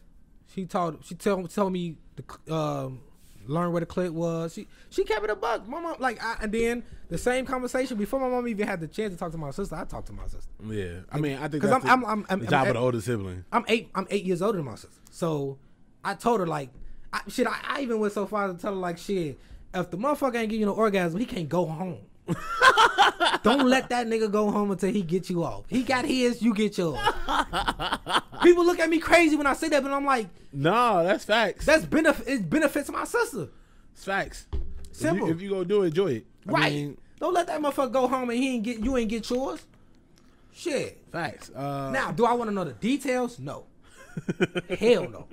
Speaker 2: She told she tell told me the cl- um learn where the clit was. She she kept it a buck. My mom like, I, and then the same conversation before my mom even had the chance to talk to my sister. I talked to my sister.
Speaker 1: Yeah, I mean, I think
Speaker 2: 'Cause
Speaker 1: that's
Speaker 2: I'm-
Speaker 1: the,
Speaker 2: I'm- I'm- I'm-
Speaker 1: the job
Speaker 2: I'm-
Speaker 1: of the older sibling.
Speaker 2: I'm eight. I'm eight years older than my sister. So I told her like, I, shit. I, I even went so far to tell her like, shit. If the motherfucker ain't give you no orgasm, he can't go home. Don't let that nigga go home until he get you off. He got his, you get yours. People look at me crazy when I say that, but I'm like,
Speaker 1: No, that's facts.
Speaker 2: that's benefit. It benefits my sister.
Speaker 1: That's facts. If you-
Speaker 2: Simple.
Speaker 1: If you, go do it, enjoy it. I
Speaker 2: Right.
Speaker 1: mean,
Speaker 2: Don't let that motherfucker go home and he ain't get you ain't get yours. Shit.
Speaker 1: facts. Uh,
Speaker 2: Now, do I want to know the details? No. Hell no.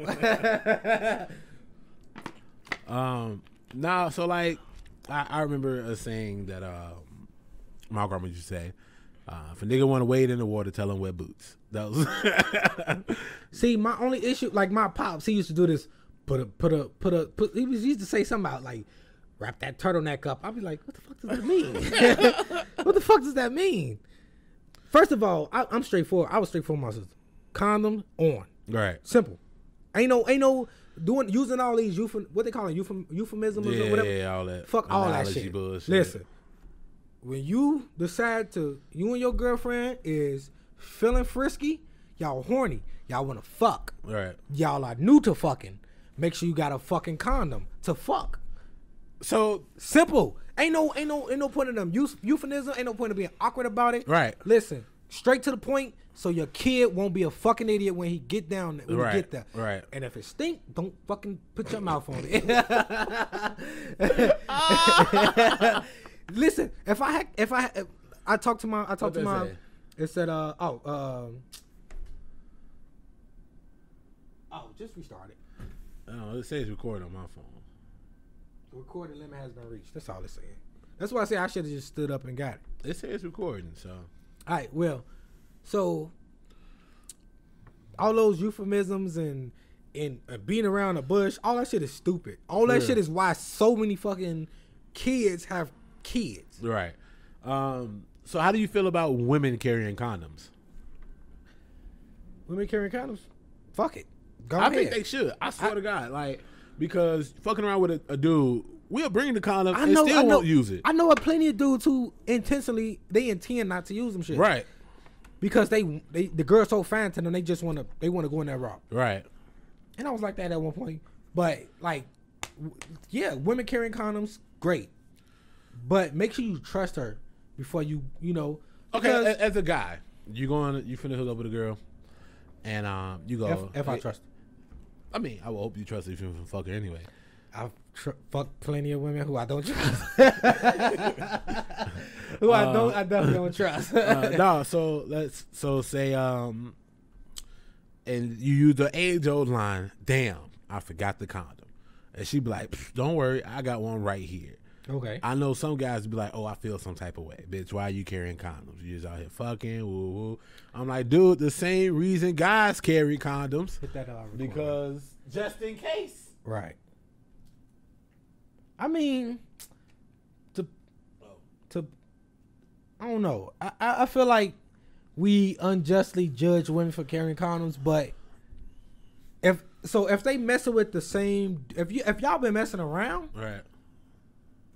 Speaker 1: Um, no, so like, I, I remember a saying that um, my grandma used to say, uh, "If a nigga want to wade in the water, tell him wear boots." That was
Speaker 2: See, my only issue, like my pops, he used to do this. Put a put a put a put. He was he used to say something about like wrap that turtleneck up. I'd be like, what the fuck does that mean? what the fuck does that mean? First of all, I, I'm straightforward. I was straightforward with my sister. Condom on,
Speaker 1: right.
Speaker 2: simple. Ain't no ain't no doing using all these euphem what they call it euphem, euphemisms or
Speaker 1: Yeah,
Speaker 2: whatever.
Speaker 1: yeah, all that.
Speaker 2: Fuck all that
Speaker 1: analogy
Speaker 2: shit.
Speaker 1: bullshit.
Speaker 2: Listen, when you decide to, you and your girlfriend is feeling frisky, y'all horny, y'all want to fuck,
Speaker 1: Right.
Speaker 2: y'all are new to fucking. Make sure you got a fucking condom to fuck.
Speaker 1: So
Speaker 2: Simple. Ain't no, ain't no, ain't no point in them Eus- euphemism. Ain't no point of being awkward about it.
Speaker 1: Right.
Speaker 2: Listen, straight to the point, so your kid won't be a fucking idiot when he get down when
Speaker 1: Right,
Speaker 2: he get there.
Speaker 1: right.
Speaker 2: And if it stink, don't fucking put your mouth on it. Listen, if I had, if I, if I talked to my, I talked to
Speaker 1: they
Speaker 2: my,
Speaker 1: say?
Speaker 2: it said, uh, oh, um, oh, just restart it.
Speaker 1: I don't know, Oh, it says record on my phone.
Speaker 2: Recording limit has been reached. That's all it's saying. That's why I say I should have just stood up and got it.
Speaker 1: It says recording. So
Speaker 2: All right, well, so all those euphemisms and and uh, being around a bush, all that shit is stupid. All that
Speaker 1: Yeah.
Speaker 2: shit is why so many fucking kids have kids.
Speaker 1: right. Um. So how do you feel about women carrying condoms?
Speaker 2: Women carrying condoms, fuck it. Go
Speaker 1: I
Speaker 2: ahead.
Speaker 1: think they should. I swear to God, like because fucking around with a, a dude, we'll bring the condom
Speaker 2: I
Speaker 1: and
Speaker 2: know,
Speaker 1: still
Speaker 2: I know,
Speaker 1: won't use it.
Speaker 2: I know a plenty of dudes who intentionally they intend not to use them shit,
Speaker 1: right.
Speaker 2: Because they, they the girl's so fine to them, they just wanna they wanna go in that route.
Speaker 1: Right.
Speaker 2: and I was like that at one point. But like, w- yeah, women carrying condoms, great. But make sure you trust her before you, you know.
Speaker 1: Okay,
Speaker 2: because
Speaker 1: a- as a guy, you going, you finna hook up with a girl, and um, you go.
Speaker 2: if, if I
Speaker 1: Hey,
Speaker 2: trust,
Speaker 1: I mean, I will hope you trust her if you finna fuck her anyway.
Speaker 2: her. I've tr- fucked plenty of women who I don't trust. who I don't, I definitely don't trust.
Speaker 1: Uh, no, so let's so say um, and you use the age old line. Damn, I forgot the condom, and she be like, "Pfft, "Don't worry, I got one right here."
Speaker 2: okay.
Speaker 1: I know some guys be like, "Oh, I feel some type of way, bitch. Why you carrying condoms? You just out here fucking." Woo woo. I'm like, dude, the same reason guys carry condoms
Speaker 2: Hit that on record.
Speaker 1: because just in case.
Speaker 2: right. I mean, to to I don't know. I, I I feel like we unjustly judge women for carrying condoms, but if so, if they messing with the same, if you if y'all been messing around
Speaker 1: Right.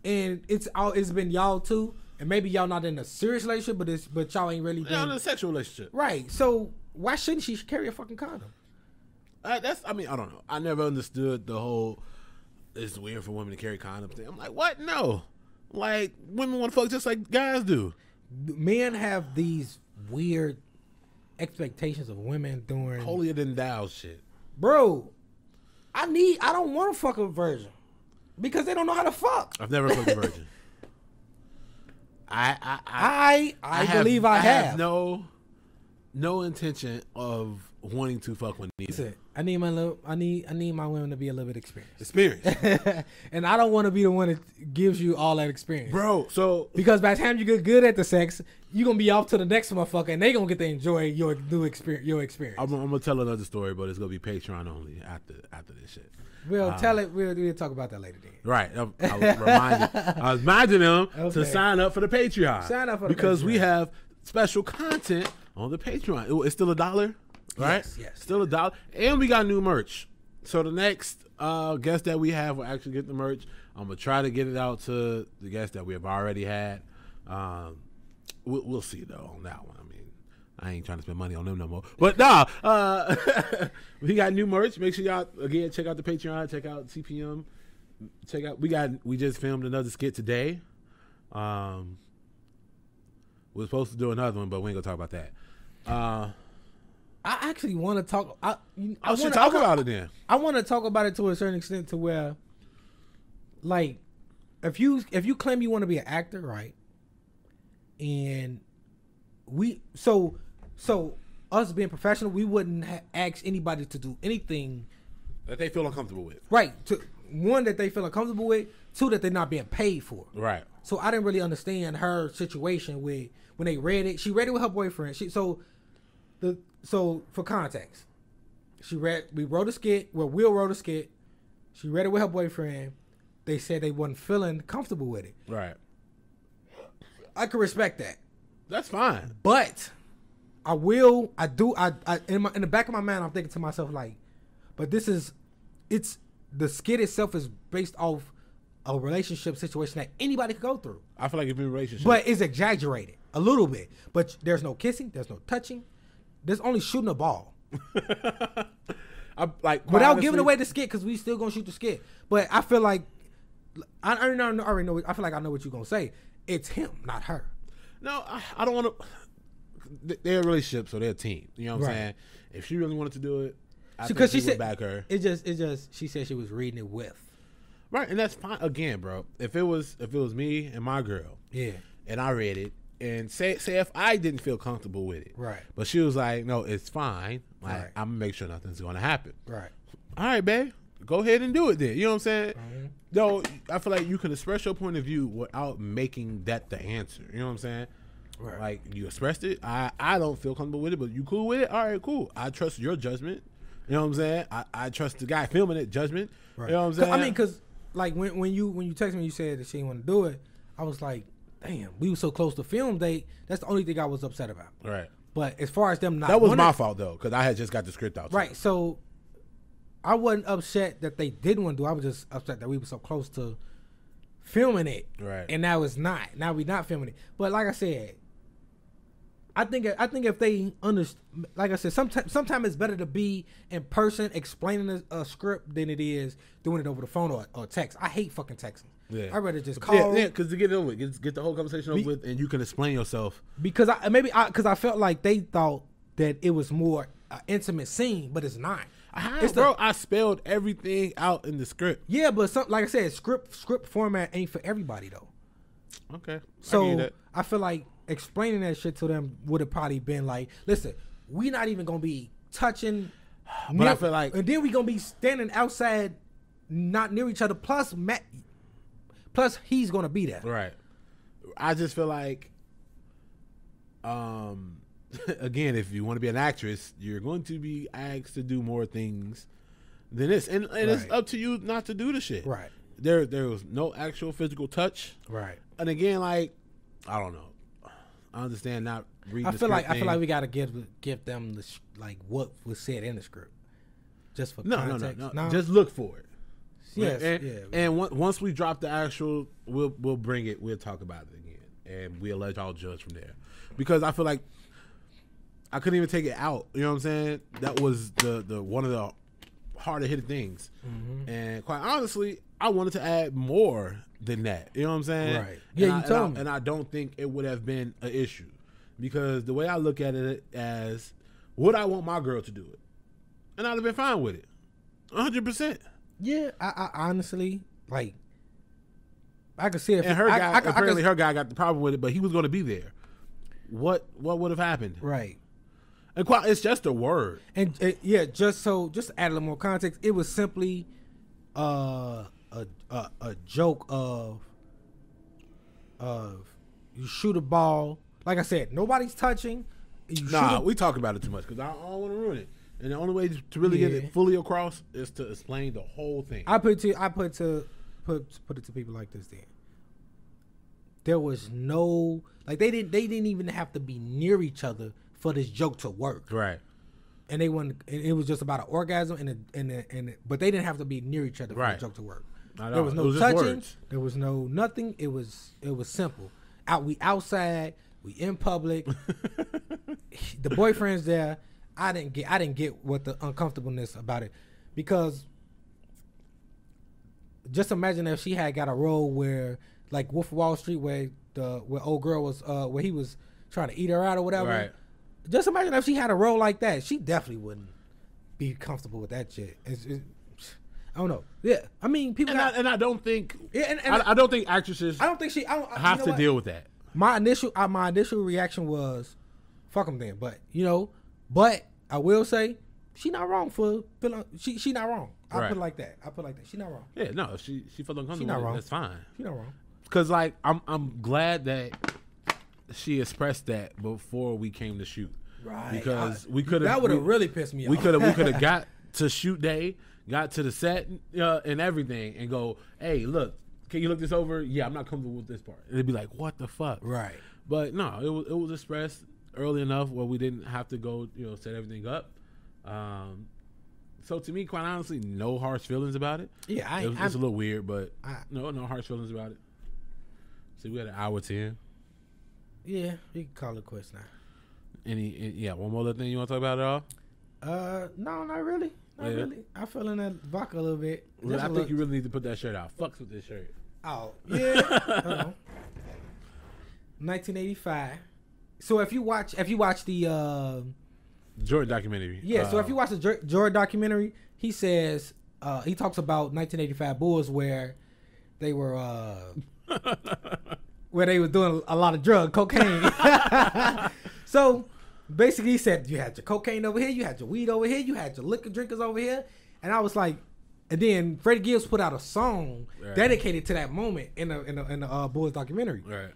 Speaker 2: and it's all it's been y'all too, and maybe y'all not in a serious relationship, but it's but y'all ain't really
Speaker 1: Yeah, in
Speaker 2: been,
Speaker 1: a sexual relationship.
Speaker 2: right. So Why shouldn't she carry a fucking condom?
Speaker 1: I, that's I mean I don't know. I never understood the whole it's weird for women to carry condoms thing. I'm like, what? No, like women want to fuck just like guys do.
Speaker 2: Men have these weird expectations of women during.
Speaker 1: Holier than thou shit.
Speaker 2: Bro, I need. I don't want to fuck a virgin because they don't know how to fuck.
Speaker 1: I've never fucked a virgin. I I I,
Speaker 2: I I, believe I, have.
Speaker 1: no no intention of wanting to fuck with
Speaker 2: That's
Speaker 1: neither.
Speaker 2: it. I need my little. I need. I need my women to be a little bit experienced.
Speaker 1: Experience,
Speaker 2: and I don't want to be the one that gives you all that experience.
Speaker 1: bro. So
Speaker 2: Because by the time you get good at the sex, you gonna be off to the next motherfucker, and they gonna get to enjoy your new experience. Your experience.
Speaker 1: I'm, I'm gonna tell another story, but it's gonna be Patreon only after after this shit.
Speaker 2: we'll tell it. We'll, we'll talk about that later. Then
Speaker 1: Right. I, I was reminding, I was reminding them
Speaker 2: Okay.
Speaker 1: to sign up for the Patreon.
Speaker 2: Sign up for the
Speaker 1: because we
Speaker 2: Patreon.
Speaker 1: have special content on the Patreon. It- it's still a dollar, right?
Speaker 2: Yes, yes.
Speaker 1: Still a dollar, and we got new merch. So the next uh, guest that we have will actually get the merch. I'm gonna try to get it out to the guests that we have already had. Um, we'll, we'll see though on that one. I mean, I ain't trying to spend money on them no more. But nah, uh, we got new merch. Make sure y'all again check out the Patreon. Check out CPM. Check out. We got. We just filmed another skit today. Um, we are supposed to do another one, but we ain't gonna talk about that. Uh,
Speaker 2: I actually want to talk. I, you- I
Speaker 1: I should
Speaker 2: wanna-
Speaker 1: talk
Speaker 2: I wa-
Speaker 1: Oh, about it then.
Speaker 2: I want to talk about it to a certain extent to where, like, if you if you claim you want to be an actor, right? And we so so us being professional, we wouldn't ha- ask anybody to do anything
Speaker 1: That they feel uncomfortable with.
Speaker 2: right. To one that they feel uncomfortable with, two that they're not being paid for.
Speaker 1: Right.
Speaker 2: So I didn't really understand her situation with when they read it. She read it with her boyfriend. She so the so for context, she read we wrote a skit. Well, Will wrote a skit. She read it with her boyfriend. They said they wasn't feeling comfortable with it.
Speaker 1: Right.
Speaker 2: I can respect that,
Speaker 1: That's fine.
Speaker 2: but I will. I do. I, I in my in the back of my mind, I'm thinking to myself like, but this is, it's the skit itself is based off a relationship situation that anybody could go through.
Speaker 1: I feel like if you're in a relationship,
Speaker 2: But it's exaggerated a little bit. But there's no kissing, there's no touching, there's only shooting a ball
Speaker 1: I, like quite
Speaker 2: without
Speaker 1: honestly,
Speaker 2: giving away the skit because we still gonna shoot the skit. But I feel like I I already know. I already know I feel like I know what you're gonna say. It's him, not her.
Speaker 1: No, I, I don't want to. They're a relationship, so they're a team. You know what I'm
Speaker 2: Right.
Speaker 1: saying? If she really wanted to do it, I think
Speaker 2: Because
Speaker 1: she,
Speaker 2: she,
Speaker 1: would
Speaker 2: said
Speaker 1: back her.
Speaker 2: It just, it just. She said she was reading it with.
Speaker 1: Right, and that's fine. Again, bro, if it was if it was me and my girl,
Speaker 2: Yeah.
Speaker 1: and I read it, and say say if I didn't feel comfortable with it,
Speaker 2: Right.
Speaker 1: But she was like, "No, it's fine. Like,
Speaker 2: Right.
Speaker 1: I'm gonna make sure nothing's gonna happen."
Speaker 2: Right.
Speaker 1: All right, babe, go ahead and do it then. You know what I'm saying?
Speaker 2: Mm-hmm.
Speaker 1: No, I feel like you can express your point of view without making that the answer. You know what I'm saying?
Speaker 2: Right.
Speaker 1: Like you expressed it. I I don't feel comfortable with it, but you cool with it. All right, cool. I trust your judgment. You know what I'm saying? I, I trust the guy filming it judgment. You know what I'm
Speaker 2: Cause-
Speaker 1: saying?
Speaker 2: I mean, because like when when you when you text me, you said that she didn't want to do it. I was like, damn, we were so close to film date. That's the only thing I was upset about.
Speaker 1: right.
Speaker 2: But as far as them not
Speaker 1: That was
Speaker 2: wanting-
Speaker 1: my fault though, because I had just got the script out.
Speaker 2: Right. So I wasn't upset that they didn't want to do. it. I was just upset that we were so close to filming it.
Speaker 1: Right.
Speaker 2: And now it's not. Now we're not filming it. But like I said, I think I think if they understand, like I said, sometimes sometimes it's better to be in person explaining a, a script than it is doing it over the phone or, or text. I hate fucking texting.
Speaker 1: Yeah.
Speaker 2: I'd rather just call
Speaker 1: Yeah, yeah. Because to get it over, with, get, get the whole conversation over with, and you can explain yourself.
Speaker 2: because I maybe I because I felt like they thought that it was more an intimate scene, but it's not.
Speaker 1: How,
Speaker 2: It's the-
Speaker 1: bro, I spelled everything out in the script.
Speaker 2: Yeah, but some, like I said, script script format ain't for everybody though.
Speaker 1: Okay. I give you
Speaker 2: So
Speaker 1: that.
Speaker 2: I, feel like explaining that shit to them would have probably been like, listen, we not even gonna be touching.
Speaker 1: But I feel like-
Speaker 2: and then we gonna be standing outside, not near each other. Plus Matt, plus he's gonna be there.
Speaker 1: Right. I just feel like, um, again, if you want to be an actress, you're going to be asked to do more things than this, and, and it's
Speaker 2: Right.
Speaker 1: up to you not to do the shit.
Speaker 2: Right.
Speaker 1: There, there was no actual physical touch,
Speaker 2: Right.
Speaker 1: and again, like, I don't know. I understand not reading.
Speaker 2: I
Speaker 1: the
Speaker 2: feel like
Speaker 1: script
Speaker 2: I feel like
Speaker 1: thing.
Speaker 2: we gotta give give them the sh- like what was said in the script, just for
Speaker 1: no, no, no,
Speaker 2: context.
Speaker 1: no, Just eh, look for it.
Speaker 2: yes,
Speaker 1: and,
Speaker 2: yeah.
Speaker 1: and on- once we drop the actual, we'll we'll bring it. We'll talk about it again, and we'll let y'all judge from there. Because I feel like I couldn't even take it out. You know what I'm saying? That was the the one of the harder hitting things.
Speaker 2: Mm-hmm.
Speaker 1: And quite honestly, I wanted to add more than that. You know what I'm saying?
Speaker 2: Right. Yeah,
Speaker 1: And
Speaker 2: you
Speaker 1: I- and
Speaker 2: told
Speaker 1: I-
Speaker 2: me.
Speaker 1: And I don't think it would have been an issue because the way I look at it as would I want my girl to do it, and I'd have been fine with it, 100. percent
Speaker 2: Yeah, I, I honestly like. I could see it.
Speaker 1: And her
Speaker 2: I,
Speaker 1: guy
Speaker 2: I, I, could-
Speaker 1: apparently her guy got the problem with it, but he was going to be there. What what would have happened?
Speaker 2: right.
Speaker 1: And quite, it's just a word.
Speaker 2: And uh, yeah, just so just to add a little more context, it was simply uh, a, a a joke of of you shoot a ball. Like I said, nobody's touching. You
Speaker 1: Nah,
Speaker 2: shoot a,
Speaker 1: we talking about it too much because I don't want to ruin it. And the only way to really get
Speaker 2: Yeah.
Speaker 1: it fully across is to explain the whole thing.
Speaker 2: I put to I put to put put it to people like this. Then there was no like they didn't they didn't even have to be near each other for this joke to work.
Speaker 1: right.
Speaker 2: and they wanted and it was just about an orgasm and a, and a, and a, but they didn't have to be near each other for
Speaker 1: Right.
Speaker 2: the joke to work.
Speaker 1: Not at
Speaker 2: there
Speaker 1: all.
Speaker 2: was
Speaker 1: It
Speaker 2: no
Speaker 1: was just
Speaker 2: touching.
Speaker 1: words.
Speaker 2: There was no nothing. It was it was simple. Out we outside. We in public. the boyfriend's there. I didn't get I didn't get what the uncomfortableness about it because just imagine if she had got a role where like Wolf of Wall Street where the where old girl was uh where he was trying to eat her out or whatever.
Speaker 1: Right.
Speaker 2: Just imagine if she had a role like that. She definitely wouldn't be comfortable with that shit. It's, it's, I don't know. Yeah, I mean, people.
Speaker 1: And I,
Speaker 2: got,
Speaker 1: and I don't think
Speaker 2: yeah, and, and I,
Speaker 1: I, I don't think actresses
Speaker 2: don't think she. I don't,
Speaker 1: have
Speaker 2: you know
Speaker 1: to
Speaker 2: what?
Speaker 1: deal with that.
Speaker 2: my initial uh, my initial reaction was, "Fuck him then." But you know, but I will say, she not wrong for feeling. She she not wrong. I
Speaker 1: Right.
Speaker 2: put it like that. I put it like that. She not wrong.
Speaker 1: Yeah, no, if she she felt uncomfortable.
Speaker 2: not
Speaker 1: with it,
Speaker 2: wrong.
Speaker 1: That's fine.
Speaker 2: She not wrong.
Speaker 1: Cause like I'm I'm glad that she expressed that before we came to shoot.
Speaker 2: Right.
Speaker 1: Because
Speaker 2: I-
Speaker 1: we could have
Speaker 2: that would have
Speaker 1: we-
Speaker 2: really pissed me off.
Speaker 1: We could have we could have got to shoot day, got to the set uh, and everything, and go, hey, look, can you look this over? Yeah, I'm not comfortable with this part. And it'd be like, what the fuck?
Speaker 2: Right.
Speaker 1: But no, it was it was expressed early enough where we didn't have to go, you know, set everything up. Um, so to me, quite honestly, no harsh feelings about it.
Speaker 2: Yeah, I-
Speaker 1: it was,
Speaker 2: I'm-
Speaker 1: it's a little weird, but
Speaker 2: I-
Speaker 1: no, no harsh feelings about it. See, we had an hour ten.
Speaker 2: Yeah, you can call it quits now.
Speaker 1: Any, any yeah, one more little thing you want to talk about at all?
Speaker 2: Uh, no, not really. Not
Speaker 1: Yeah.
Speaker 2: really. I feel in that vodka a little bit.
Speaker 1: Well,
Speaker 2: Just
Speaker 1: I
Speaker 2: a
Speaker 1: think you
Speaker 2: little-
Speaker 1: really need to put that shirt out. Fucks with this shirt.
Speaker 2: Oh yeah. Hold on. 1985. So if you watch, if you watch the, uh,
Speaker 1: Jordan documentary.
Speaker 2: yeah. so
Speaker 1: Uh,
Speaker 2: if you watch the Jor- Jordan documentary, he says uh, he talks about 1985 Bulls where they were uh, where they were doing a lot of drug cocaine. so basically, he said you had your cocaine over here, you had your weed over here, you had your liquor drinkers over here, and I was like, and then Freddie Gibbs put out a song
Speaker 1: Right.
Speaker 2: dedicated to that moment in the in the, in the uh, Bulls documentary.
Speaker 1: right.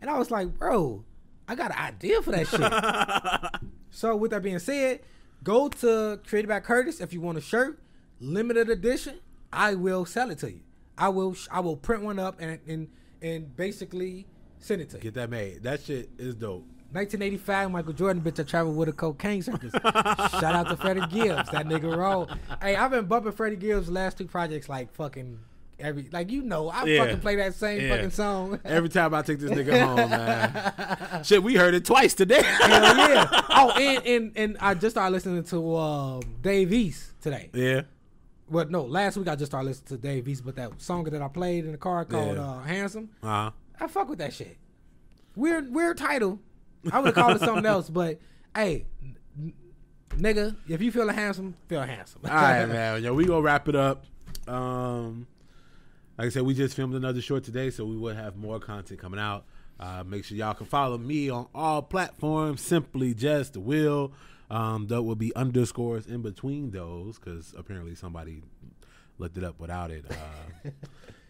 Speaker 2: And I was like, bro, I got an idea for that shit. so with that being said, go to Created by Curtis if you want a shirt, limited edition. I will sell it to you. I will I will print one up and and and basically send it to you.
Speaker 1: Get that made. That shit is dope.
Speaker 2: 1985, Michael Jordan, bitch, I traveled with a cocaine circus. Shout out to Freddie Gibbs, that nigga roll. Hey, I've been bumping Freddie Gibbs' last two projects like fucking every like you know I
Speaker 1: Yeah.
Speaker 2: fucking play that same
Speaker 1: Yeah.
Speaker 2: fucking song.
Speaker 1: Every time I take this nigga home, man. Shit, we heard it twice today.
Speaker 2: Hell yeah. Oh, and, and and I just started listening to um, Dave East today.
Speaker 1: yeah.
Speaker 2: Well, no, last week I just started listening to Dave East, but that song that I played in the car called
Speaker 1: Yeah.
Speaker 2: uh, "Handsome,"
Speaker 1: Uh-huh.
Speaker 2: I fuck with that shit. Weird, weird title. I would have called it something else, but hey, n- n- nigga, if you feeling handsome, feel handsome.
Speaker 1: All right, man. Yo, we gonna wrap it up. Um, like I said, we just filmed another short today, so we will have more content coming out. Uh, make sure y'all can follow me on all platforms. Simply just will. Um, there will be underscores in between those because apparently somebody looked it up without it. Uh,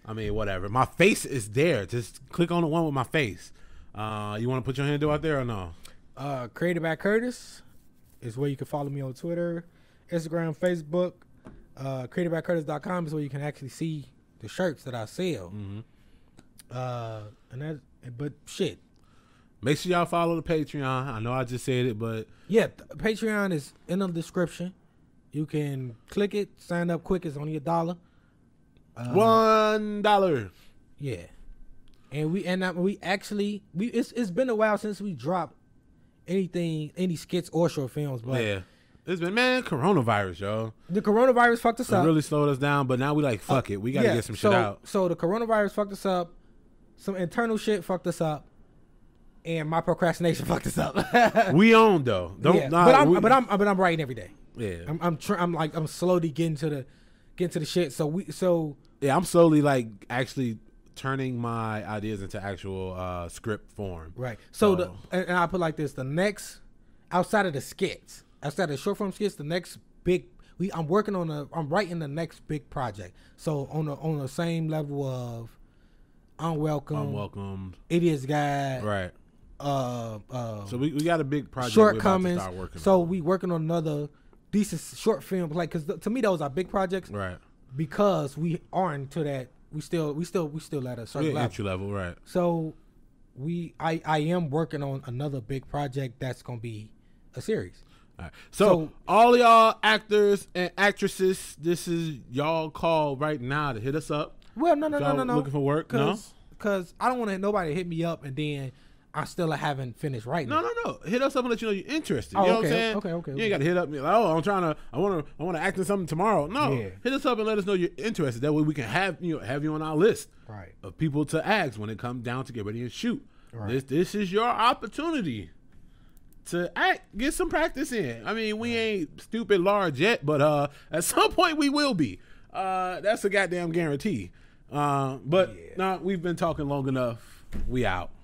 Speaker 1: I mean, whatever. My face is there. Just click on the one with my face. Uh, you want to put your handle out there or no?
Speaker 2: Uh, created by Curtis is where you can follow me on Twitter, Instagram, Facebook. Uh, createdbycurtis.com is where you can actually see the shirts that I sell. Uh, and that, but shit,
Speaker 1: Make sure y'all follow the Patreon. I know I just said it, but
Speaker 2: yeah, th- Patreon is in the description. You can click it, sign up quick. It's only a dollar.
Speaker 1: one dollar.
Speaker 2: Yeah, and we and uh, we actually we it's it's been a while since we dropped anything, any skits or short films. But
Speaker 1: yeah. It's been man, coronavirus, y'all.
Speaker 2: the coronavirus fucked us
Speaker 1: It
Speaker 2: up.
Speaker 1: really slowed us down, but now we like fuck it. We gotta
Speaker 2: Uh, Yeah,
Speaker 1: get some
Speaker 2: so,
Speaker 1: shit out.
Speaker 2: So the coronavirus fucked us up. Some internal shit fucked us up. And my procrastination fucked us up.
Speaker 1: We own though. Don't
Speaker 2: yeah.
Speaker 1: nah,
Speaker 2: but, I'm,
Speaker 1: we-
Speaker 2: but I'm but I'm writing every day.
Speaker 1: yeah.
Speaker 2: I'm I'm, tr- I'm like I'm slowly getting to the getting to the shit. So we so
Speaker 1: yeah, I'm slowly like actually turning my ideas into actual uh, script form.
Speaker 2: Right. So the
Speaker 1: So-
Speaker 2: and, and I put like this: the next, outside of the skits, outside of the short form skits, the next big we I'm working on a I'm writing the next big project. So on the on the same level of unwelcome,
Speaker 1: Unwelcomed.
Speaker 2: idiots guy,
Speaker 1: Um, Right.
Speaker 2: uh, uh,
Speaker 1: So we, we got a big project
Speaker 2: shortcomings.
Speaker 1: we're about to start working
Speaker 2: So
Speaker 1: on.
Speaker 2: we working on another decent short film, like because to me those are big projects
Speaker 1: Right.
Speaker 2: because we aren't to that. We still we still we still at a certain
Speaker 1: Yeah,
Speaker 2: level.
Speaker 1: entry level, right.
Speaker 2: So we I I am working on another big project that's gonna be a series.
Speaker 1: All right. So,
Speaker 2: So-
Speaker 1: all y'all actors and actresses, this is y'all call right now to hit us up.
Speaker 2: Well, no, no, no,
Speaker 1: Y'all
Speaker 2: no, no.
Speaker 1: looking for work? No?
Speaker 2: Cause, 'cause I don't want to nobody hit me up and then I still haven't finished writing.
Speaker 1: No, no, no. Hit us up and let you know you're interested.
Speaker 2: Oh,
Speaker 1: you know what
Speaker 2: okay,
Speaker 1: I'm saying?
Speaker 2: okay, okay,
Speaker 1: You
Speaker 2: okay.
Speaker 1: ain't got to hit up me like, oh, I'm trying to, I want to, I want to act in something tomorrow. No,
Speaker 2: Yeah.
Speaker 1: hit us up and let us know you're interested. That way we can have you know, have you on our list
Speaker 2: Right.
Speaker 1: of people to ask when it comes down to get ready and shoot.
Speaker 2: Right.
Speaker 1: This this is your opportunity to act, get some practice in. I mean, we ain't stupid large yet, but uh, at some point we will be. Uh, that's a goddamn guarantee. Uh, but
Speaker 2: Yeah.
Speaker 1: nah, we've been talking long enough. We out.